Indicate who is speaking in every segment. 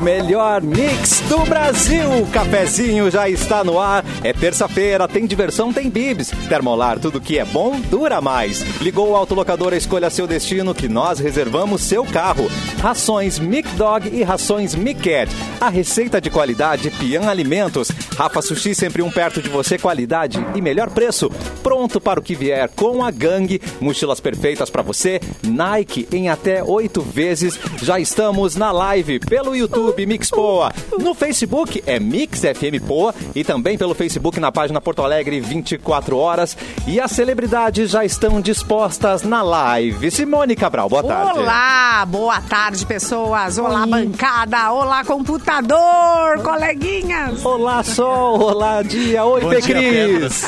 Speaker 1: melhor mix do Brasil. O cafezinho já está no ar. É terça-feira, tem diversão, tem bibs. Termolar, tudo que é bom dura mais. Ligou o autolocador, escolha seu destino que nós reservamos seu carro. Rações Mic Dog e rações Mic Cat. A receita de qualidade Pian Alimentos. Rafa Sushi sempre um perto de você, qualidade e melhor preço. Pronto para o que vier com a gangue. Mochilas perfeitas para você. Nike em até oito vezes. Já estamos na live pelo YouTube Mix Poa. No Facebook é Mix FM Poa e também pelo Facebook na página Porto Alegre 24 horas. E as celebridades já estão dispostas na live. Simone Cabral, boa tarde.
Speaker 2: Olá, boa tarde, pessoas. Olá, bancada. Olá, computador, coleguinhas.
Speaker 1: Olá, sol. Olá, dia. Oi,
Speaker 3: Bom
Speaker 1: Pê
Speaker 3: dia,
Speaker 1: Cris.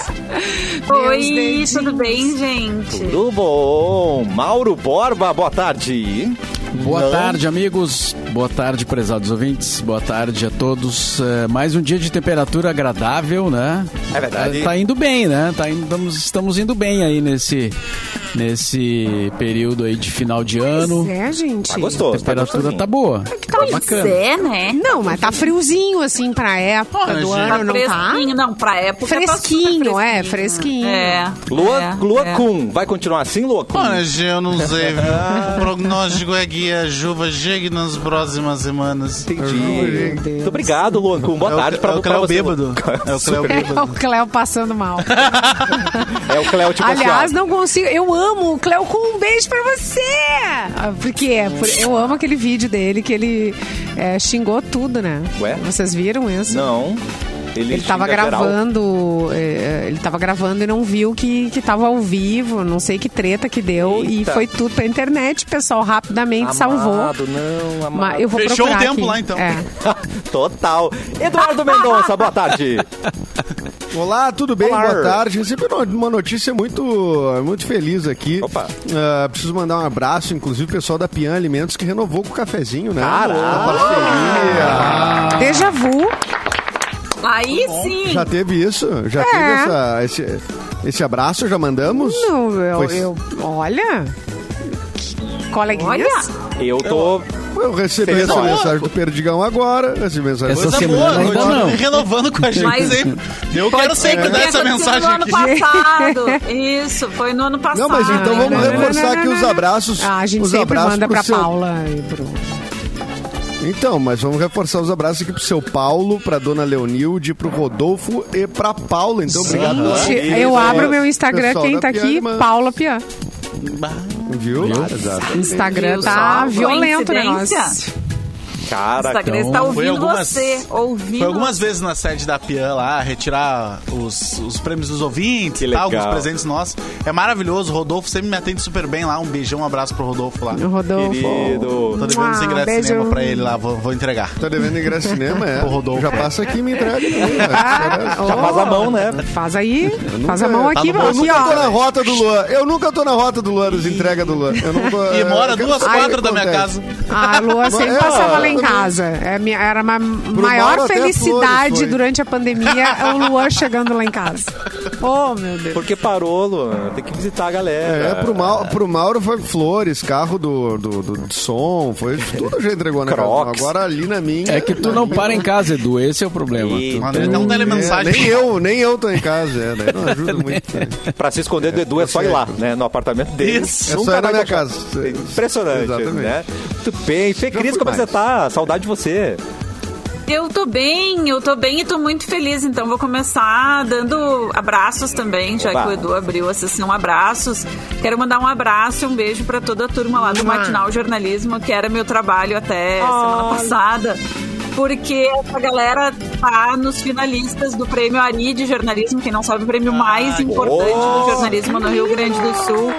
Speaker 2: Meus
Speaker 4: Oi,
Speaker 2: dedinhos.
Speaker 4: tudo bem, gente?
Speaker 1: Tudo bom? Mauro Borba, boa tarde.
Speaker 5: Boa
Speaker 1: Não.
Speaker 5: tarde, amigos. Boa tarde, prezados ouvintes. Boa tarde a todos. É, mais um dia de temperatura agradável, né?
Speaker 1: É verdade.
Speaker 5: Tá, tá indo bem, né? Tá indo- estamos, estamos indo bem aí nesse, nesse período aí de final de ano.
Speaker 2: Pois é, gente.
Speaker 1: Tá
Speaker 5: A
Speaker 1: gostoso.
Speaker 5: temperatura tá boa.
Speaker 2: Tá
Speaker 5: Tá bacana.
Speaker 4: É, né?
Speaker 2: Não, mas tá friozinho assim pra época
Speaker 3: Ah,
Speaker 2: do
Speaker 3: gente.
Speaker 2: ano, não tá?
Speaker 4: fresquinho, não, pra época. tá super
Speaker 2: Fresquinho, é, fresquinho.
Speaker 4: É.
Speaker 1: Lua,
Speaker 4: é,
Speaker 1: Lua
Speaker 4: é.
Speaker 1: Kun, vai continuar assim, Lua Kun?
Speaker 3: Mas eu não sei. viu? O prognóstico é que a chuva chegue nas próximas semanas.
Speaker 1: Entendi. Muito obrigado, Luan Kun. Boa
Speaker 3: É o-
Speaker 1: tarde pra,
Speaker 3: é o
Speaker 1: pra
Speaker 3: Cléo
Speaker 1: você.
Speaker 3: Bêbado. É o Cléo Bêbado.
Speaker 2: É o Cléo passando mal.
Speaker 1: É o Cléo tipo
Speaker 2: Aliás,
Speaker 1: assim, ó.
Speaker 2: não consigo. Eu amo o Cléo com um beijo pra você! Ah, Por quê? Por- eu amo aquele vídeo dele que ele é, xingou tudo, né?
Speaker 1: Ué?
Speaker 2: Vocês viram isso?
Speaker 1: Não. Ele,
Speaker 2: Ele tava
Speaker 1: xinga geral.
Speaker 2: gravando, é, ele tava gravando e não viu que, que tava ao vivo, não sei que treta que deu. E
Speaker 1: Eita.
Speaker 2: foi tudo pra internet, o pessoal rapidamente
Speaker 1: Amado,
Speaker 2: salvou.
Speaker 1: não, amado.
Speaker 2: Mas eu vou
Speaker 3: Fechou o
Speaker 2: procurar
Speaker 3: tempo
Speaker 2: aqui.
Speaker 3: lá, então.
Speaker 2: É.
Speaker 1: Total. Eduardo Mendonça, boa tarde.
Speaker 6: Olá, tudo bem?
Speaker 1: Olá.
Speaker 6: Boa tarde. Recebi uma- uma notícia muito, muito feliz aqui.
Speaker 1: Opa.
Speaker 6: Ah, preciso mandar um abraço, inclusive, o pessoal da Pian Alimentos que renovou com o cafezinho, né?
Speaker 1: Caraca!
Speaker 6: Uma parceria. Ah,
Speaker 1: Ah.
Speaker 2: Déjà vu.
Speaker 4: Aí sim.
Speaker 6: Já teve isso? Já
Speaker 2: É.
Speaker 6: teve essa- esse, esse abraço? Já mandamos?
Speaker 2: Não, eu,
Speaker 6: Pois-
Speaker 2: eu- olha. Que Coleguinhas.
Speaker 1: Eu tô.
Speaker 6: Eu recebi
Speaker 1: Fez
Speaker 6: essa
Speaker 1: hora.
Speaker 6: mensagem do Perdigão agora. Recebi mensagem
Speaker 5: Essa
Speaker 6: do-
Speaker 3: Coisa
Speaker 5: semana
Speaker 3: é boa,
Speaker 5: ainda
Speaker 3: continua
Speaker 5: não.
Speaker 3: renovando com a gente
Speaker 4: Mas-
Speaker 3: sempre. Eu quero sempre
Speaker 4: Porque
Speaker 3: dar É. essa
Speaker 4: aconteceu
Speaker 3: mensagem
Speaker 4: no ano
Speaker 3: aqui.
Speaker 4: passado. Isso, foi no ano passado.
Speaker 6: Não, mas então vamos
Speaker 2: Não, não, não,
Speaker 6: reforçar
Speaker 2: não,
Speaker 6: aqui
Speaker 2: não,
Speaker 6: os
Speaker 2: não.
Speaker 6: abraços.
Speaker 2: Ah, a gente
Speaker 6: os
Speaker 2: sempre
Speaker 6: abraços
Speaker 2: manda
Speaker 6: pro
Speaker 2: pra
Speaker 6: seu-
Speaker 2: Paula e pro.
Speaker 6: Então, mas vamos reforçar os abraços aqui pro seu Paulo, pra dona Leonilde, pro Rodolfo e pra Paula. Então, obrigado.
Speaker 1: Ah,
Speaker 6: pela
Speaker 2: Gente,
Speaker 6: audiência.
Speaker 2: eu abro meu Instagram,
Speaker 6: Pessoal
Speaker 2: quem
Speaker 6: da
Speaker 2: tá
Speaker 6: Pian
Speaker 2: aqui?
Speaker 6: Irmã.
Speaker 2: Paula Pian.
Speaker 6: Viu?
Speaker 5: Viu?
Speaker 2: Instagram
Speaker 4: Viu
Speaker 2: tá
Speaker 4: só?
Speaker 2: violento, né? nós?
Speaker 4: Coincidência? O
Speaker 1: Cara,
Speaker 4: Instagram está
Speaker 5: Foi
Speaker 3: Foi
Speaker 4: tá ouvindo
Speaker 3: algumas-
Speaker 4: você, ouvindo.
Speaker 3: Foi algumas vezes na sede da Pian lá, retirar os, os prêmios dos ouvintes,
Speaker 1: Que
Speaker 3: e tal, alguns
Speaker 1: legal.
Speaker 3: presentes nossos. É maravilhoso, o Rodolfo sempre me atende super bem lá. Um beijão, um abraço pro Rodolfo lá.
Speaker 2: O Rodolfo.
Speaker 1: querido.
Speaker 3: Tô devendo os
Speaker 2: Ah,
Speaker 3: ingressos de
Speaker 2: beijo.
Speaker 3: cinema pra ele lá, vou, vou entregar.
Speaker 6: Tá devendo ingresso de cinema, é.
Speaker 3: Ô, Rodolfo.
Speaker 6: Já passa aqui e me entrega.
Speaker 2: Ah,
Speaker 6: né?
Speaker 1: Já faz a mão, né?
Speaker 2: Faz aí,
Speaker 6: Eu
Speaker 2: faz a
Speaker 6: nunca-
Speaker 2: mão
Speaker 3: tá
Speaker 2: aqui,
Speaker 3: no
Speaker 6: Eu
Speaker 2: mano. Aqui,
Speaker 6: nunca tô na
Speaker 2: ó.
Speaker 6: rota do Luan. Eu nunca tô na rota do Luan, das entregas do Luan. Eu não tô,
Speaker 3: E mora
Speaker 6: Ah, eu quero
Speaker 3: duas
Speaker 6: saber é. o que
Speaker 3: quadras da minha
Speaker 6: acontece.
Speaker 3: casa.
Speaker 2: A lua sempre
Speaker 6: É,
Speaker 2: passava
Speaker 6: ó,
Speaker 2: lá em
Speaker 6: eu não-
Speaker 2: casa. É minha- era a ma-
Speaker 6: Mauro
Speaker 2: maior
Speaker 6: até flores
Speaker 2: felicidade
Speaker 6: foi.
Speaker 2: durante a pandemia é o Luan chegando lá em casa. Oh, meu Deus.
Speaker 1: Porque parou, Luan. Tem que visitar a galera.
Speaker 6: É, pro, Mau- pro Mauro foi flores, carro do, do, do- do som, foi tudo já entregou na casa.
Speaker 1: Crocs.
Speaker 6: Agora ali na minha.
Speaker 5: É que tu não para em casa, Edu. Esse é o problema.
Speaker 1: E-
Speaker 5: Tu-
Speaker 3: Manda ele dar um
Speaker 6: É,
Speaker 3: telemensagem.
Speaker 6: nem eu, nem eu tô em casa, é, daí não ajuda muito. né?
Speaker 1: Pra se esconder do Edu é só ir lá, né? No apartamento dele.
Speaker 3: Isso.
Speaker 6: É só
Speaker 1: Nunca
Speaker 6: ir na
Speaker 1: vai
Speaker 6: minha
Speaker 1: deixar.
Speaker 6: casa.
Speaker 1: Impressionante,
Speaker 6: Exatamente.
Speaker 1: né? Muito bem. Fê Cris,
Speaker 6: fui
Speaker 1: como você
Speaker 6: mais.
Speaker 1: tá? Saudade de você.
Speaker 4: Eu tô bem, eu tô bem e tô muito feliz. Então vou começar dando abraços também, já
Speaker 1: Oba.
Speaker 4: que o Edu abriu a sessão abraços. Quero mandar um abraço e um beijo pra toda a turma lá do Matinal Jornalismo, que era meu trabalho até semana passada. Porque essa galera tá nos finalistas do Prêmio Ari de Jornalismo, quem não sabe, o prêmio mais importante do
Speaker 1: oh.
Speaker 4: jornalismo no Rio Grande do Sul.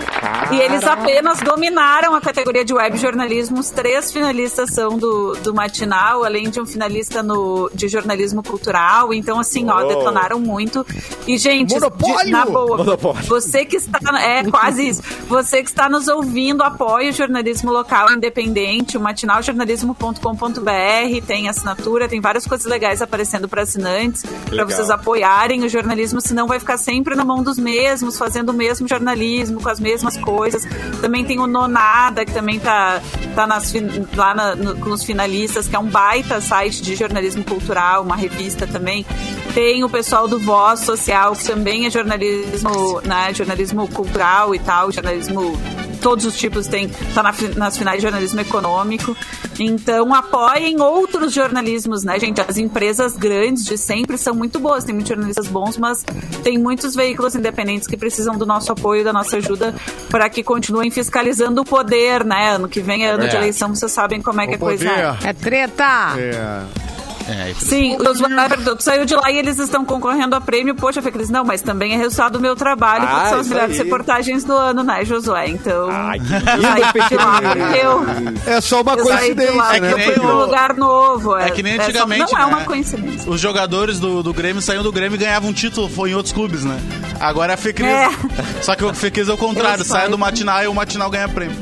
Speaker 4: E eles apenas dominaram a categoria de web jornalismo. Os três finalistas são do, do Matinal, além de um finalista no, de jornalismo cultural. Então, assim, ó,
Speaker 1: Uou.
Speaker 4: detonaram muito. E, gente,
Speaker 6: Monopólio!
Speaker 4: de- na boa,
Speaker 1: Oh. Monopólio.
Speaker 4: você que está. É, quase isso. Você que está nos ouvindo, apoie o jornalismo local independente, o matinaljornalismo.com.br. Tem assinatura, tem várias coisas legais aparecendo para assinantes, para
Speaker 1: Legal.
Speaker 4: vocês apoiarem o jornalismo, senão vai ficar sempre na mão dos mesmos, fazendo o mesmo jornalismo, com as mesmas coisas. coisas. Também tem o Nonada, que também tá, tá nas, fin- lá na- no- com os finalistas, que é um baita site de jornalismo cultural, uma revista também. Tem o pessoal do Voz Social, que também é jornalismo, né, jornalismo cultural e tal, jornalismo todos os tipos tem tá na fi- nas finais de jornalismo econômico. Então apoiem outros jornalismos, né, gente? As empresas grandes de sempre são muito boas, tem muitos jornalistas bons, mas tem muitos veículos independentes que precisam do nosso apoio, da nossa ajuda para que continuem fiscalizando o poder, né? Ano que vem é ano de
Speaker 5: É.
Speaker 4: eleição, vocês sabem como é que a coisa é.
Speaker 2: É treta!
Speaker 6: É.
Speaker 3: É,
Speaker 4: Sim, o Osmar Produto saiu de lá e eles estão concorrendo a prêmio. Poxa, Fê Cris, não, mas também é resultado do meu trabalho,
Speaker 1: Ah,
Speaker 4: porque são as
Speaker 1: isso
Speaker 4: melhores
Speaker 1: aí.
Speaker 4: reportagens do ano, né, Josué? Então.
Speaker 1: Ai, que
Speaker 4: eu saí de lá
Speaker 1: lindo,
Speaker 4: porque eu-
Speaker 6: É só uma
Speaker 4: eu saí de lá, que
Speaker 6: coincidência,
Speaker 4: eu
Speaker 6: né?
Speaker 4: fui
Speaker 3: nem
Speaker 4: pra um
Speaker 3: o-
Speaker 4: lugar novo.
Speaker 3: É que nem
Speaker 4: só-
Speaker 3: antigamente,
Speaker 4: Não é uma
Speaker 3: né?
Speaker 4: coincidência.
Speaker 3: Os jogadores do, do Grêmio saíam do Grêmio e ganhavam um título foi em outros clubes, né? Agora é a Fecris.
Speaker 4: É.
Speaker 3: Só que o Fecris é o contrário,
Speaker 4: Eu
Speaker 3: sai
Speaker 4: saio.
Speaker 3: do matinal e o matinal ganha prêmio.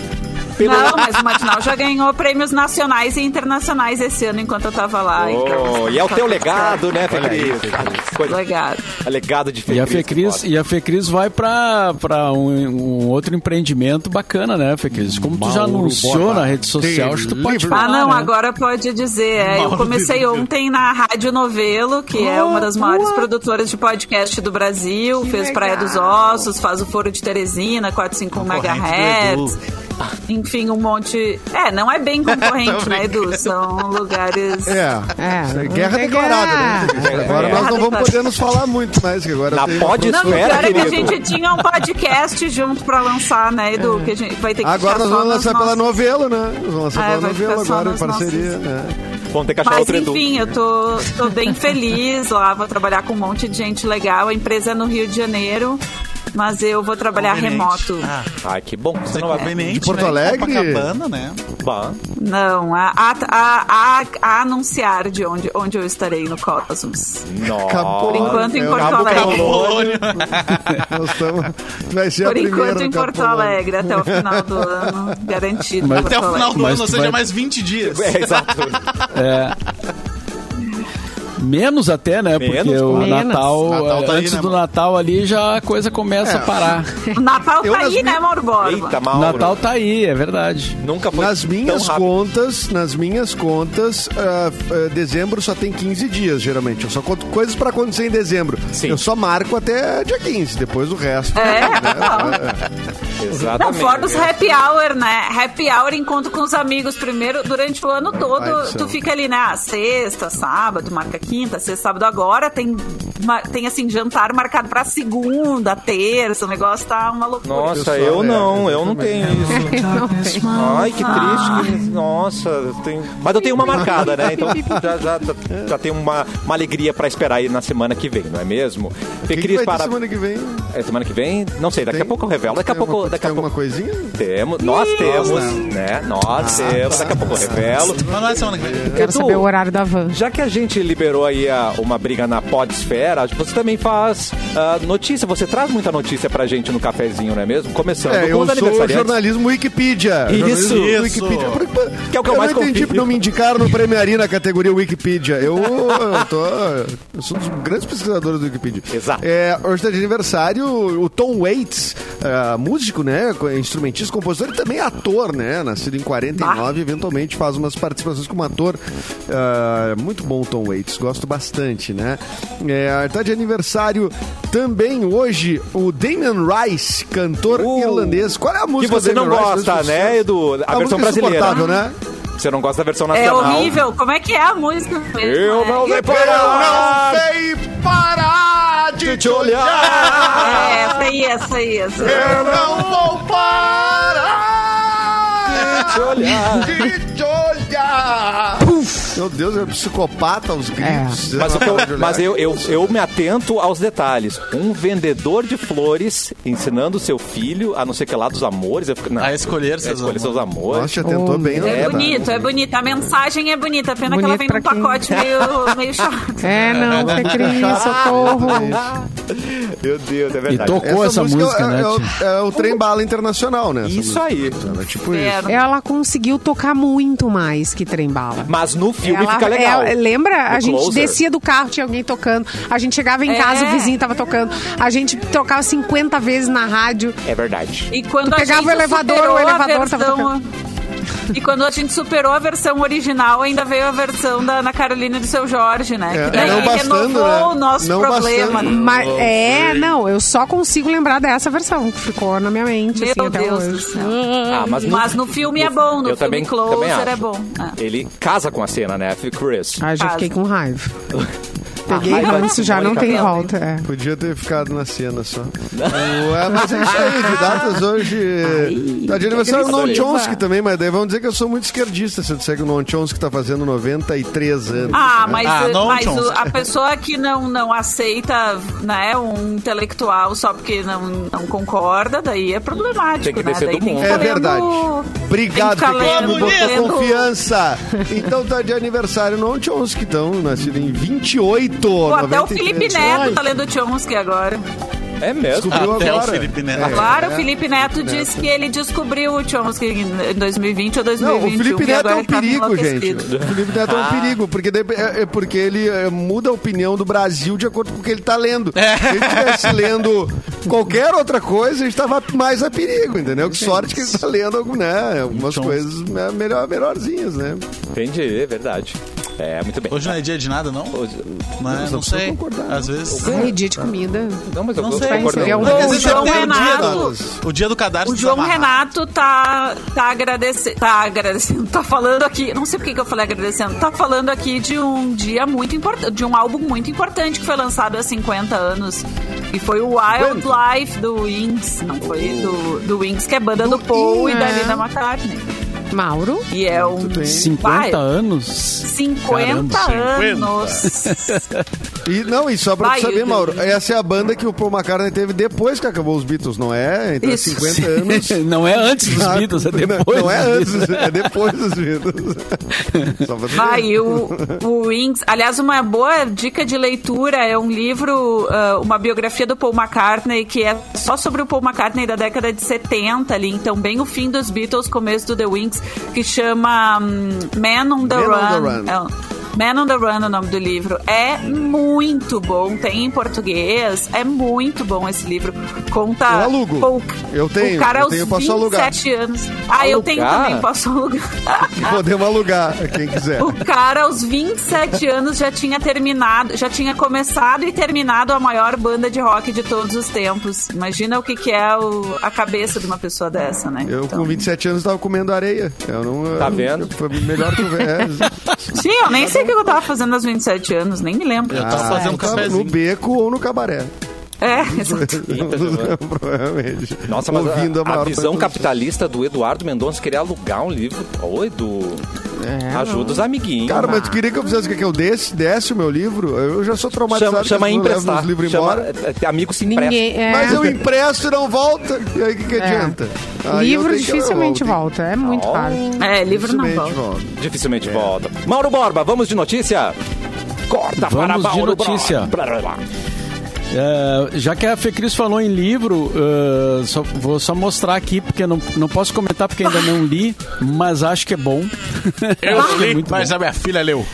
Speaker 4: Não, mas o Matinal já ganhou prêmios nacionais e internacionais esse ano enquanto eu tava lá.
Speaker 1: Oh,
Speaker 4: então,
Speaker 1: e é o teu legado, né, Fê
Speaker 6: Olha aí,
Speaker 1: Cris?
Speaker 6: Fê
Speaker 1: Coisa- É
Speaker 4: Legado.
Speaker 1: Legado de Fê
Speaker 5: E a
Speaker 1: Cris,
Speaker 5: Fecris,
Speaker 1: foda.
Speaker 5: e a Fecris vai para um, um outro empreendimento bacana, né, Fecris? Como tu já
Speaker 6: Mauro
Speaker 5: anunciou
Speaker 6: Borba.
Speaker 5: na rede social, acho que tu pode
Speaker 6: Livre.
Speaker 5: falar.
Speaker 4: Ah, não,
Speaker 5: né?
Speaker 4: agora pode dizer. é,
Speaker 3: Mauro
Speaker 4: eu comecei
Speaker 3: Vivian.
Speaker 4: ontem na Rádio Novelo, que é uma das maiores produtoras de podcast do Brasil.
Speaker 2: Que
Speaker 4: fez
Speaker 2: legal.
Speaker 4: Praia dos Ossos, faz o Foro de Teresina, 451
Speaker 3: Concorrente do
Speaker 4: MHz. Enfim, um monte. É, não é bem concorrente, né, Edu? São lugares.
Speaker 6: É. Isso
Speaker 2: É,
Speaker 6: é guerra declarada, né? Agora
Speaker 4: É.
Speaker 6: nós não vamos
Speaker 4: Guerra
Speaker 6: poder nos falar muito mais, que agora
Speaker 1: Na
Speaker 6: tem-
Speaker 1: pode-
Speaker 4: Não, o pior
Speaker 1: Espera,
Speaker 4: é que a
Speaker 1: querido.
Speaker 4: gente tinha um podcast junto pra lançar, né, Edu? Que a gente vai ter que
Speaker 6: Agora
Speaker 4: ficar
Speaker 6: nós
Speaker 4: só
Speaker 6: vamos
Speaker 4: nas
Speaker 6: lançar pela
Speaker 4: nossas-
Speaker 6: novela, né? Nós Vamos lançar
Speaker 4: É,
Speaker 6: pela
Speaker 4: vai ficar
Speaker 6: novela
Speaker 4: só
Speaker 6: agora, em
Speaker 4: nas
Speaker 6: parceria,
Speaker 4: nossas-
Speaker 6: né?
Speaker 1: Vamos ter que achar
Speaker 4: Mas
Speaker 1: outro Edu.
Speaker 4: enfim, eu tô, tô bem feliz lá, vou trabalhar com um monte de gente legal. A empresa é no Rio de Janeiro, mas eu vou trabalhar
Speaker 3: Conveniente.
Speaker 4: remoto.
Speaker 3: Ah,
Speaker 1: Ai, que bom. que Você
Speaker 3: é
Speaker 1: não vai...
Speaker 3: conveniente,
Speaker 6: De Porto
Speaker 3: né?
Speaker 6: Alegre?
Speaker 3: Copacabana, né?
Speaker 1: Bah.
Speaker 4: Não, a, a, a, a- a anunciar de onde, onde eu estarei no Cosmos.
Speaker 1: Nossa.
Speaker 4: Por enquanto, em
Speaker 6: é,
Speaker 4: Porto
Speaker 6: Cabo
Speaker 4: Alegre.
Speaker 6: Polônio. Nós estamos... Vai ser a
Speaker 4: Por
Speaker 6: primeira
Speaker 4: enquanto em
Speaker 6: no Cabo
Speaker 4: Porto
Speaker 6: Polônio.
Speaker 4: Alegre, até o final do ano, garantido.
Speaker 5: Mas
Speaker 4: Porto
Speaker 3: Até o final
Speaker 4: Alegre.
Speaker 3: do
Speaker 5: Mas
Speaker 3: ano, ou
Speaker 5: tu
Speaker 3: seja,
Speaker 5: vai-
Speaker 3: mais 20 dias.
Speaker 1: É, exato.
Speaker 5: Menos até, né? Porque
Speaker 1: Menos,
Speaker 5: o
Speaker 2: claro.
Speaker 5: Natal, eh,
Speaker 3: Natal tá aí,
Speaker 5: antes
Speaker 3: né,
Speaker 5: do
Speaker 3: mano?
Speaker 5: Natal ali, já a coisa começa a parar.
Speaker 4: O Natal
Speaker 6: Eu
Speaker 4: tá aí,
Speaker 6: nas
Speaker 4: né,
Speaker 6: mi-
Speaker 4: Mauro Borba?
Speaker 1: Eita,
Speaker 5: O
Speaker 1: Mauro.
Speaker 5: Natal tá aí, é verdade.
Speaker 1: Nunca foi
Speaker 6: Nas minhas
Speaker 1: tão rápido.
Speaker 6: contas, nas minhas contas, ah, f- ah, dezembro só tem 15 dias, geralmente. Eu só conto coisas pra acontecer em dezembro.
Speaker 1: Sim.
Speaker 6: Eu só marco até dia 15, depois o resto.
Speaker 4: É, não. Não,
Speaker 1: Exatamente.
Speaker 4: fora dos happy hour, né? Happy hour, encontro com os amigos primeiro, durante o ano todo,
Speaker 6: Ai, do céu.
Speaker 4: tu fica ali, né? Ah, Sexta, sábado, marca quinta, sexta, sábado. Agora tem, ma- tem assim, jantar marcado pra segunda, terça, o negócio tá uma loucura.
Speaker 1: Nossa,
Speaker 6: Pessoal,
Speaker 1: eu
Speaker 6: é,
Speaker 1: não,
Speaker 6: eu
Speaker 1: eu não
Speaker 6: também.
Speaker 1: tenho isso. Ai, que triste. que- Nossa, eu tenho... mas eu tenho uma marcada, né? Então já, já, já tem uma, uma alegria pra esperar aí na semana que vem, não é mesmo? Fê
Speaker 6: Que que
Speaker 1: Cris,
Speaker 6: vai ter
Speaker 1: para...
Speaker 6: semana que vem?
Speaker 1: É, semana que vem? Não sei, daqui
Speaker 6: Tem-
Speaker 1: a pouco eu revelo. Daqui a
Speaker 6: tem
Speaker 1: pouco.
Speaker 6: alguma-
Speaker 1: Daqui a
Speaker 6: tem alguma
Speaker 1: pouco.
Speaker 6: coisinha?
Speaker 1: Temos, nós temos, né? Nós
Speaker 6: Ah,
Speaker 1: temos, daqui a pouco eu
Speaker 6: tá.
Speaker 1: revelo.
Speaker 3: Mas não é semana que vem.
Speaker 2: Quero
Speaker 1: Edu,
Speaker 2: saber o horário da van.
Speaker 1: Já que a gente liberou aí a- uma briga na podesfera, você também faz ah, notícia, você traz muita notícia pra gente no cafezinho, não é mesmo? Começando
Speaker 6: É,
Speaker 1: com
Speaker 6: eu
Speaker 1: os
Speaker 6: sou
Speaker 1: aniversariantes.
Speaker 6: jornalismo Wikipedia.
Speaker 1: Isso,
Speaker 6: jornalismo
Speaker 3: isso.
Speaker 6: Wikipedia. Por- por-
Speaker 1: Que é o que eu mais
Speaker 6: não entendi
Speaker 1: confio.
Speaker 6: porque não me indicaram no Premiari na categoria Wikipedia. Eu, eu tô, eu sou um dos grandes pesquisadores do Wikipedia.
Speaker 1: Exato.
Speaker 6: É, hoje tá de aniversário o Tom Waits, ah, músico, né? co- Instrumentista, compositor e também ator, né? Nascido em 49, eventualmente faz umas participações como ator. Ah, muito bom o Tom Waits, gosto bastante, né? É, tá de aniversário também hoje o Damon Rice, cantor
Speaker 1: Uh.
Speaker 6: irlandês. Qual é a
Speaker 1: Que
Speaker 6: música
Speaker 1: você
Speaker 6: do
Speaker 1: não
Speaker 6: Damon Rice?
Speaker 1: gosta,
Speaker 6: Dois
Speaker 1: né,
Speaker 6: pessoas.
Speaker 1: Edu? A,
Speaker 6: A
Speaker 1: versão
Speaker 6: é música
Speaker 1: brasileira.
Speaker 6: insuportável, né?
Speaker 1: Você não gosta da versão
Speaker 4: É
Speaker 1: nacional.
Speaker 4: horrível. Como é que é a música mesmo?
Speaker 1: Eu
Speaker 4: né?
Speaker 1: não sei
Speaker 6: Eu não
Speaker 1: parar
Speaker 6: sei parar de
Speaker 1: de te
Speaker 6: te olhar.
Speaker 1: olhar.
Speaker 4: É, essa aí, essa aí, essa aí.
Speaker 6: Eu não vou parar
Speaker 1: Te olhar.
Speaker 6: de te olhar. Meu Deus, é um psicopata aos gritos.
Speaker 1: Mas, o que eu,
Speaker 6: né?
Speaker 1: mas eu, eu, eu me atento aos detalhes. Um vendedor de flores ensinando seu filho a não sei que lá dos amores. Eu fico- não,
Speaker 3: A escolher
Speaker 1: a
Speaker 3: seus
Speaker 1: É, escolher seus amores.
Speaker 6: Nossa, já tentou
Speaker 2: Oh,
Speaker 6: bem,
Speaker 4: É
Speaker 6: né?
Speaker 4: bonito, é bonito. A mensagem é bonita. Pena que ela
Speaker 2: Bonito
Speaker 4: vem
Speaker 2: pra
Speaker 4: num
Speaker 2: quem-
Speaker 4: pacote meio, meio chato.
Speaker 2: É, não, Fê
Speaker 6: tá
Speaker 2: Cris, socorro.
Speaker 1: Meu Deus, é
Speaker 5: E
Speaker 1: verdade.
Speaker 5: tocou essa, música,
Speaker 6: é,
Speaker 5: né?
Speaker 6: é o-
Speaker 5: tia?
Speaker 6: é o trem bala internacional, né? essa
Speaker 1: Isso aí.
Speaker 6: música. Ela é tipo isso.
Speaker 4: É,
Speaker 2: Ela conseguiu tocar muito mais que trem bala.
Speaker 1: Mas no fim filme
Speaker 2: Ela-
Speaker 1: fica legal.
Speaker 2: é, lembra?
Speaker 1: No
Speaker 2: a gente
Speaker 1: Closer.
Speaker 2: descia do carro, tinha alguém tocando. A gente chegava em
Speaker 4: É.
Speaker 2: casa, o vizinho tava tocando. A gente tocava 50 vezes na rádio.
Speaker 1: É verdade.
Speaker 4: E quando
Speaker 2: Tu
Speaker 4: a
Speaker 2: pegava
Speaker 4: gente
Speaker 2: o elevador,
Speaker 4: superou
Speaker 2: o
Speaker 4: a
Speaker 2: elevador tava
Speaker 4: versão... E quando a gente superou a versão original, ainda veio a versão da Ana Carolina do seu Jorge, né?
Speaker 6: É,
Speaker 4: que daí
Speaker 6: não bastando,
Speaker 4: renovou
Speaker 6: né?
Speaker 4: o nosso
Speaker 6: Não
Speaker 4: problema.
Speaker 6: bastando.
Speaker 2: Mas,
Speaker 3: Oh,
Speaker 2: é,
Speaker 3: sei.
Speaker 2: não, eu só consigo lembrar dessa versão que ficou na minha mente,
Speaker 4: Meu
Speaker 2: assim, até
Speaker 4: Deus do
Speaker 2: hoje.
Speaker 4: céu.
Speaker 1: Ah, mas,
Speaker 4: Mas no filme é bom, no
Speaker 1: eu
Speaker 4: filme
Speaker 1: também,
Speaker 4: Closer
Speaker 1: também acho.
Speaker 4: é bom. É.
Speaker 1: Ele casa com a cena, né? Chris.
Speaker 2: Ai, Ah, já
Speaker 4: Quase.
Speaker 2: fiquei com raiva. Peguei
Speaker 1: raiva
Speaker 2: ranço,
Speaker 1: de
Speaker 2: já não
Speaker 1: Mônica
Speaker 2: tem
Speaker 1: Bellucci.
Speaker 2: volta. é.
Speaker 6: Podia ter ficado na cena só. Ué, mas é isso aí, de datas hoje. tá de aniversário o Noam
Speaker 1: agressiva.
Speaker 6: Chomsky também, mas daí vamos dizer que eu sou muito esquerdista se eu disser que o Noam Chomsky tá fazendo 93 anos.
Speaker 4: Ah,
Speaker 1: É.
Speaker 4: mas,
Speaker 3: Ah, não,
Speaker 4: mas
Speaker 3: Johnson.
Speaker 4: o- a pessoa que não, não aceita né, um intelectual só porque não, não concorda, daí é problemático.
Speaker 1: Tem que
Speaker 4: né?
Speaker 1: descer
Speaker 4: Daí
Speaker 1: do
Speaker 4: tem que
Speaker 1: mundo.
Speaker 6: É
Speaker 4: ficar
Speaker 6: verdade.
Speaker 4: lendo-
Speaker 6: Obrigado,
Speaker 4: tem que ficar
Speaker 6: Ricardo,
Speaker 4: lendo-
Speaker 6: por tua
Speaker 4: lendo-
Speaker 6: confiança. Então tá de aniversário o Noam Chomsky, então, nascido em 28,
Speaker 4: Pô, até o
Speaker 6: 93.
Speaker 4: Felipe Neto tá lendo Chomsky agora.
Speaker 1: É mesmo.
Speaker 6: Descobriu
Speaker 3: Até o
Speaker 6: agora.
Speaker 3: Felipe Neto.
Speaker 6: É.
Speaker 4: Claro, o Felipe Neto disse que ele descobriu o Chomsky em 2020 ou 2021.
Speaker 6: Não, o Felipe
Speaker 4: e
Speaker 6: Neto é
Speaker 4: agora
Speaker 6: um
Speaker 4: ele tá
Speaker 6: perigo, gente.
Speaker 4: enlouquecido.
Speaker 6: O Felipe Neto é um
Speaker 3: Ah.
Speaker 6: perigo, porque, de- é- é porque ele é, muda a opinião do Brasil de acordo com o que ele tá lendo.
Speaker 3: É.
Speaker 6: Se ele estivesse lendo qualquer outra coisa, ele estava mais a perigo, entendeu? Que sorte que ele tá lendo algum, né, algumas
Speaker 3: Então.
Speaker 6: coisas né, melhor, melhorzinhas, né?
Speaker 1: Entendi, é verdade. É, muito bem.
Speaker 3: Hoje não é dia de nada, não?
Speaker 1: Hoje-
Speaker 3: Mas, não
Speaker 6: só precisa
Speaker 3: sei.
Speaker 6: concordar,
Speaker 3: Às vezes.
Speaker 2: Ai, dia de comida.
Speaker 1: Não, mas
Speaker 3: Não
Speaker 1: alguns
Speaker 3: sei.
Speaker 1: concordam.
Speaker 2: Seria um
Speaker 3: Não,
Speaker 2: bom-
Speaker 3: quer dizer,
Speaker 4: é João
Speaker 3: sempre tem o dia
Speaker 4: Então, Renato.
Speaker 3: do- O dia do cadastro.
Speaker 4: O João
Speaker 3: desamarrado.
Speaker 4: Renato tá, tá agradecendo. Tá agradecendo. Tá falando aqui. Não sei por que que eu falei agradecendo. Tá falando aqui de um dia muito importante. De um álbum muito importante que foi lançado há 50 anos. E foi o Wildlife do Wings. Não foi? Do, do Wings, que é banda do, Paul e da
Speaker 2: Wings.
Speaker 4: Linda McCartney.
Speaker 2: Mauro?
Speaker 4: E é um.
Speaker 6: É. bem.
Speaker 5: 50
Speaker 4: Vai,
Speaker 5: anos?
Speaker 4: 50
Speaker 3: Caramba,
Speaker 4: anos.
Speaker 6: E não, e só pra
Speaker 4: Vai,
Speaker 6: tu saber,
Speaker 4: Yuri.
Speaker 6: Mauro, essa é a banda que o Paul McCartney teve depois que acabou os Beatles, não é? Então,
Speaker 4: Isso.
Speaker 6: 50 anos.
Speaker 5: Não é antes dos Beatles, é depois.
Speaker 6: Não é
Speaker 5: dos
Speaker 6: antes,
Speaker 5: Beatles.
Speaker 6: é depois dos Beatles. Só pra tu
Speaker 4: Vai,
Speaker 6: ver.
Speaker 4: e o, o Wings. Aliás, uma boa dica de leitura é um livro, ah, uma biografia do Paul McCartney, que é só sobre o Paul McCartney da década de 70 ali, então bem o fim dos Beatles, começo do The Wings, que chama hum, Man on the
Speaker 6: Man on the
Speaker 4: Run.
Speaker 6: Run.
Speaker 4: É um- Man on the Run é o nome do livro. É muito bom. Tem em português. É muito bom esse livro. Conta.
Speaker 6: Eu alugo.
Speaker 4: Paul-
Speaker 6: Eu tenho,
Speaker 4: O cara
Speaker 6: eu
Speaker 4: aos
Speaker 6: tenho, posso alugar.
Speaker 4: 27 anos. Ah, eu tenho
Speaker 1: Alugar?
Speaker 4: também, posso alugar.
Speaker 6: Podemos alugar, quem quiser.
Speaker 4: O cara, aos 27 anos, já tinha terminado, já tinha começado e terminado a maior banda de rock de todos os tempos. Imagina o que, que é o- a cabeça de uma pessoa dessa, né?
Speaker 6: Eu, com 27 anos, tava comendo areia. Eu não.
Speaker 1: Tá
Speaker 6: eu-
Speaker 1: vendo?
Speaker 6: Foi melhor que eu. É,
Speaker 4: Sim, eu nem sei o que eu tava fazendo aos 27 anos, nem me lembro.
Speaker 6: Ah,
Speaker 3: Eu tava fazendo um
Speaker 6: tava então tá no
Speaker 3: cafezinho.
Speaker 6: beco ou no cabaré.
Speaker 4: É,
Speaker 3: um
Speaker 4: exato.
Speaker 6: Provavelmente.
Speaker 1: Nossa, mas
Speaker 6: Ouvindo
Speaker 1: a,
Speaker 6: a,
Speaker 1: a
Speaker 6: maior
Speaker 1: visão
Speaker 6: parte dos-
Speaker 1: capitalista do Eduardo Mendonça querer alugar um livro. Ô, Edu,
Speaker 3: É,
Speaker 1: ajuda os amiguinhos.
Speaker 6: Cara, mas tu queria que eu fizesse o que que eu desse, desse o meu livro? Eu já sou traumatizado.
Speaker 1: chama
Speaker 6: que
Speaker 1: chama
Speaker 6: as pessoas levam
Speaker 1: emprestar.
Speaker 6: Os livros
Speaker 1: Chama,
Speaker 6: embora.
Speaker 1: é, é, amigo se empresta.
Speaker 2: Ninguém. É,
Speaker 6: Mas eu empresto e não volta. E aí o que, que adianta? Aí eu
Speaker 2: livro
Speaker 6: tenho que-
Speaker 2: dificilmente
Speaker 6: eu tenho-
Speaker 2: volta. É muito
Speaker 1: Ó,
Speaker 2: raro.
Speaker 4: É, livro não
Speaker 6: Dificilmente
Speaker 4: volta.
Speaker 6: volta. É.
Speaker 1: Dificilmente volta. Mauro Borba, vamos de notícia? Corta
Speaker 5: Vamos
Speaker 1: para
Speaker 5: de
Speaker 1: Mauro Borba.
Speaker 5: notícia.
Speaker 1: Blá, blá, blá.
Speaker 5: É, já que a Fecris falou em livro, é, só- vou só mostrar aqui, porque eu não, não posso comentar porque ainda não li, mas acho que é bom. Acho
Speaker 3: Eu
Speaker 5: que é
Speaker 3: li,
Speaker 5: muito
Speaker 3: mas
Speaker 5: bom.
Speaker 3: a minha filha leu.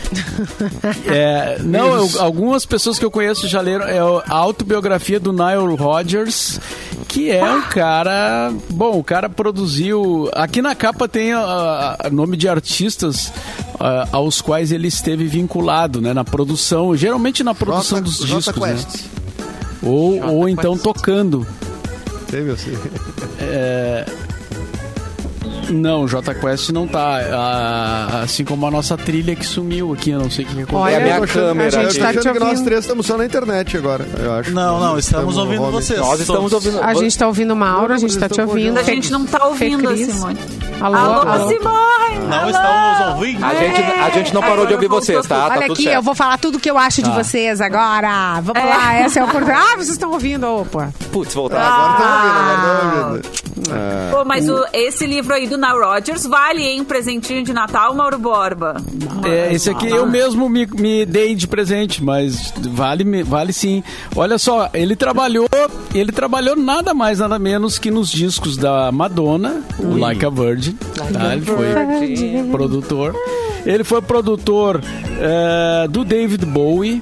Speaker 5: É, não, eu- algumas pessoas que eu conheço já leram é a autobiografia do Nile Rodgers, que é um cara. Bom, o cara produziu. Aqui na capa tem ah, ah, nome de artistas ah, aos quais ele esteve vinculado, né? Na produção, geralmente na produção
Speaker 6: Jota-
Speaker 5: dos
Speaker 6: Jota
Speaker 5: discos, né?
Speaker 6: Quest.
Speaker 5: Ou, ou então tocando.
Speaker 6: Teve assim.
Speaker 5: Não, o Jota Quest não tá. Ah, assim como a nossa trilha que sumiu aqui, eu não sei o que aconteceu.
Speaker 1: É a
Speaker 2: Olha,
Speaker 1: minha
Speaker 2: eu tô achando-
Speaker 1: câmera
Speaker 2: A
Speaker 6: Eu
Speaker 2: gente
Speaker 6: tô
Speaker 2: tá te
Speaker 6: achando que nós
Speaker 2: ouvindo.
Speaker 6: três estamos só na internet agora, eu acho.
Speaker 3: Não, não, estamos ouvindo
Speaker 6: home.
Speaker 3: vocês.
Speaker 1: Nós estamos
Speaker 3: todos.
Speaker 1: ouvindo.
Speaker 2: A gente tá ouvindo o Mauro, a gente tá te ouvindo.
Speaker 4: A gente não tá ouvindo a
Speaker 2: Fê Cris.
Speaker 4: Simone.
Speaker 2: Alô,
Speaker 4: Alô,
Speaker 2: alô.
Speaker 4: Simone!
Speaker 3: Não
Speaker 4: alô.
Speaker 3: estamos ouvindo.
Speaker 1: A gente, a gente não
Speaker 4: É,
Speaker 1: parou de
Speaker 4: agora
Speaker 1: ouvir
Speaker 4: voltou
Speaker 1: vocês, tá?
Speaker 4: tudo.
Speaker 1: Tá
Speaker 2: Olha
Speaker 1: tudo
Speaker 2: aqui,
Speaker 1: certo. Tá.
Speaker 2: eu vou falar tudo que eu acho de vocês agora. Vamos
Speaker 4: É.
Speaker 2: lá, essa é a oportunidade. Ah, vocês estão ouvindo, opa.
Speaker 1: Putz, voltar
Speaker 2: Ah.
Speaker 6: Agora
Speaker 1: agora.
Speaker 6: estão ouvindo, agora estão ouvindo.
Speaker 4: Pô, mas o- esse livro aí do Nile Rodgers vale, hein? Presentinho de Natal, Mauro Borba.
Speaker 5: É, esse aqui eu mesmo me, me dei de presente, mas vale, me- vale sim. Olha só, ele trabalhou, ele trabalhou nada mais nada menos que nos discos da Madonna, o Like a Virgin, tá? ele foi produtor. Ele foi produtor eh, do David Bowie.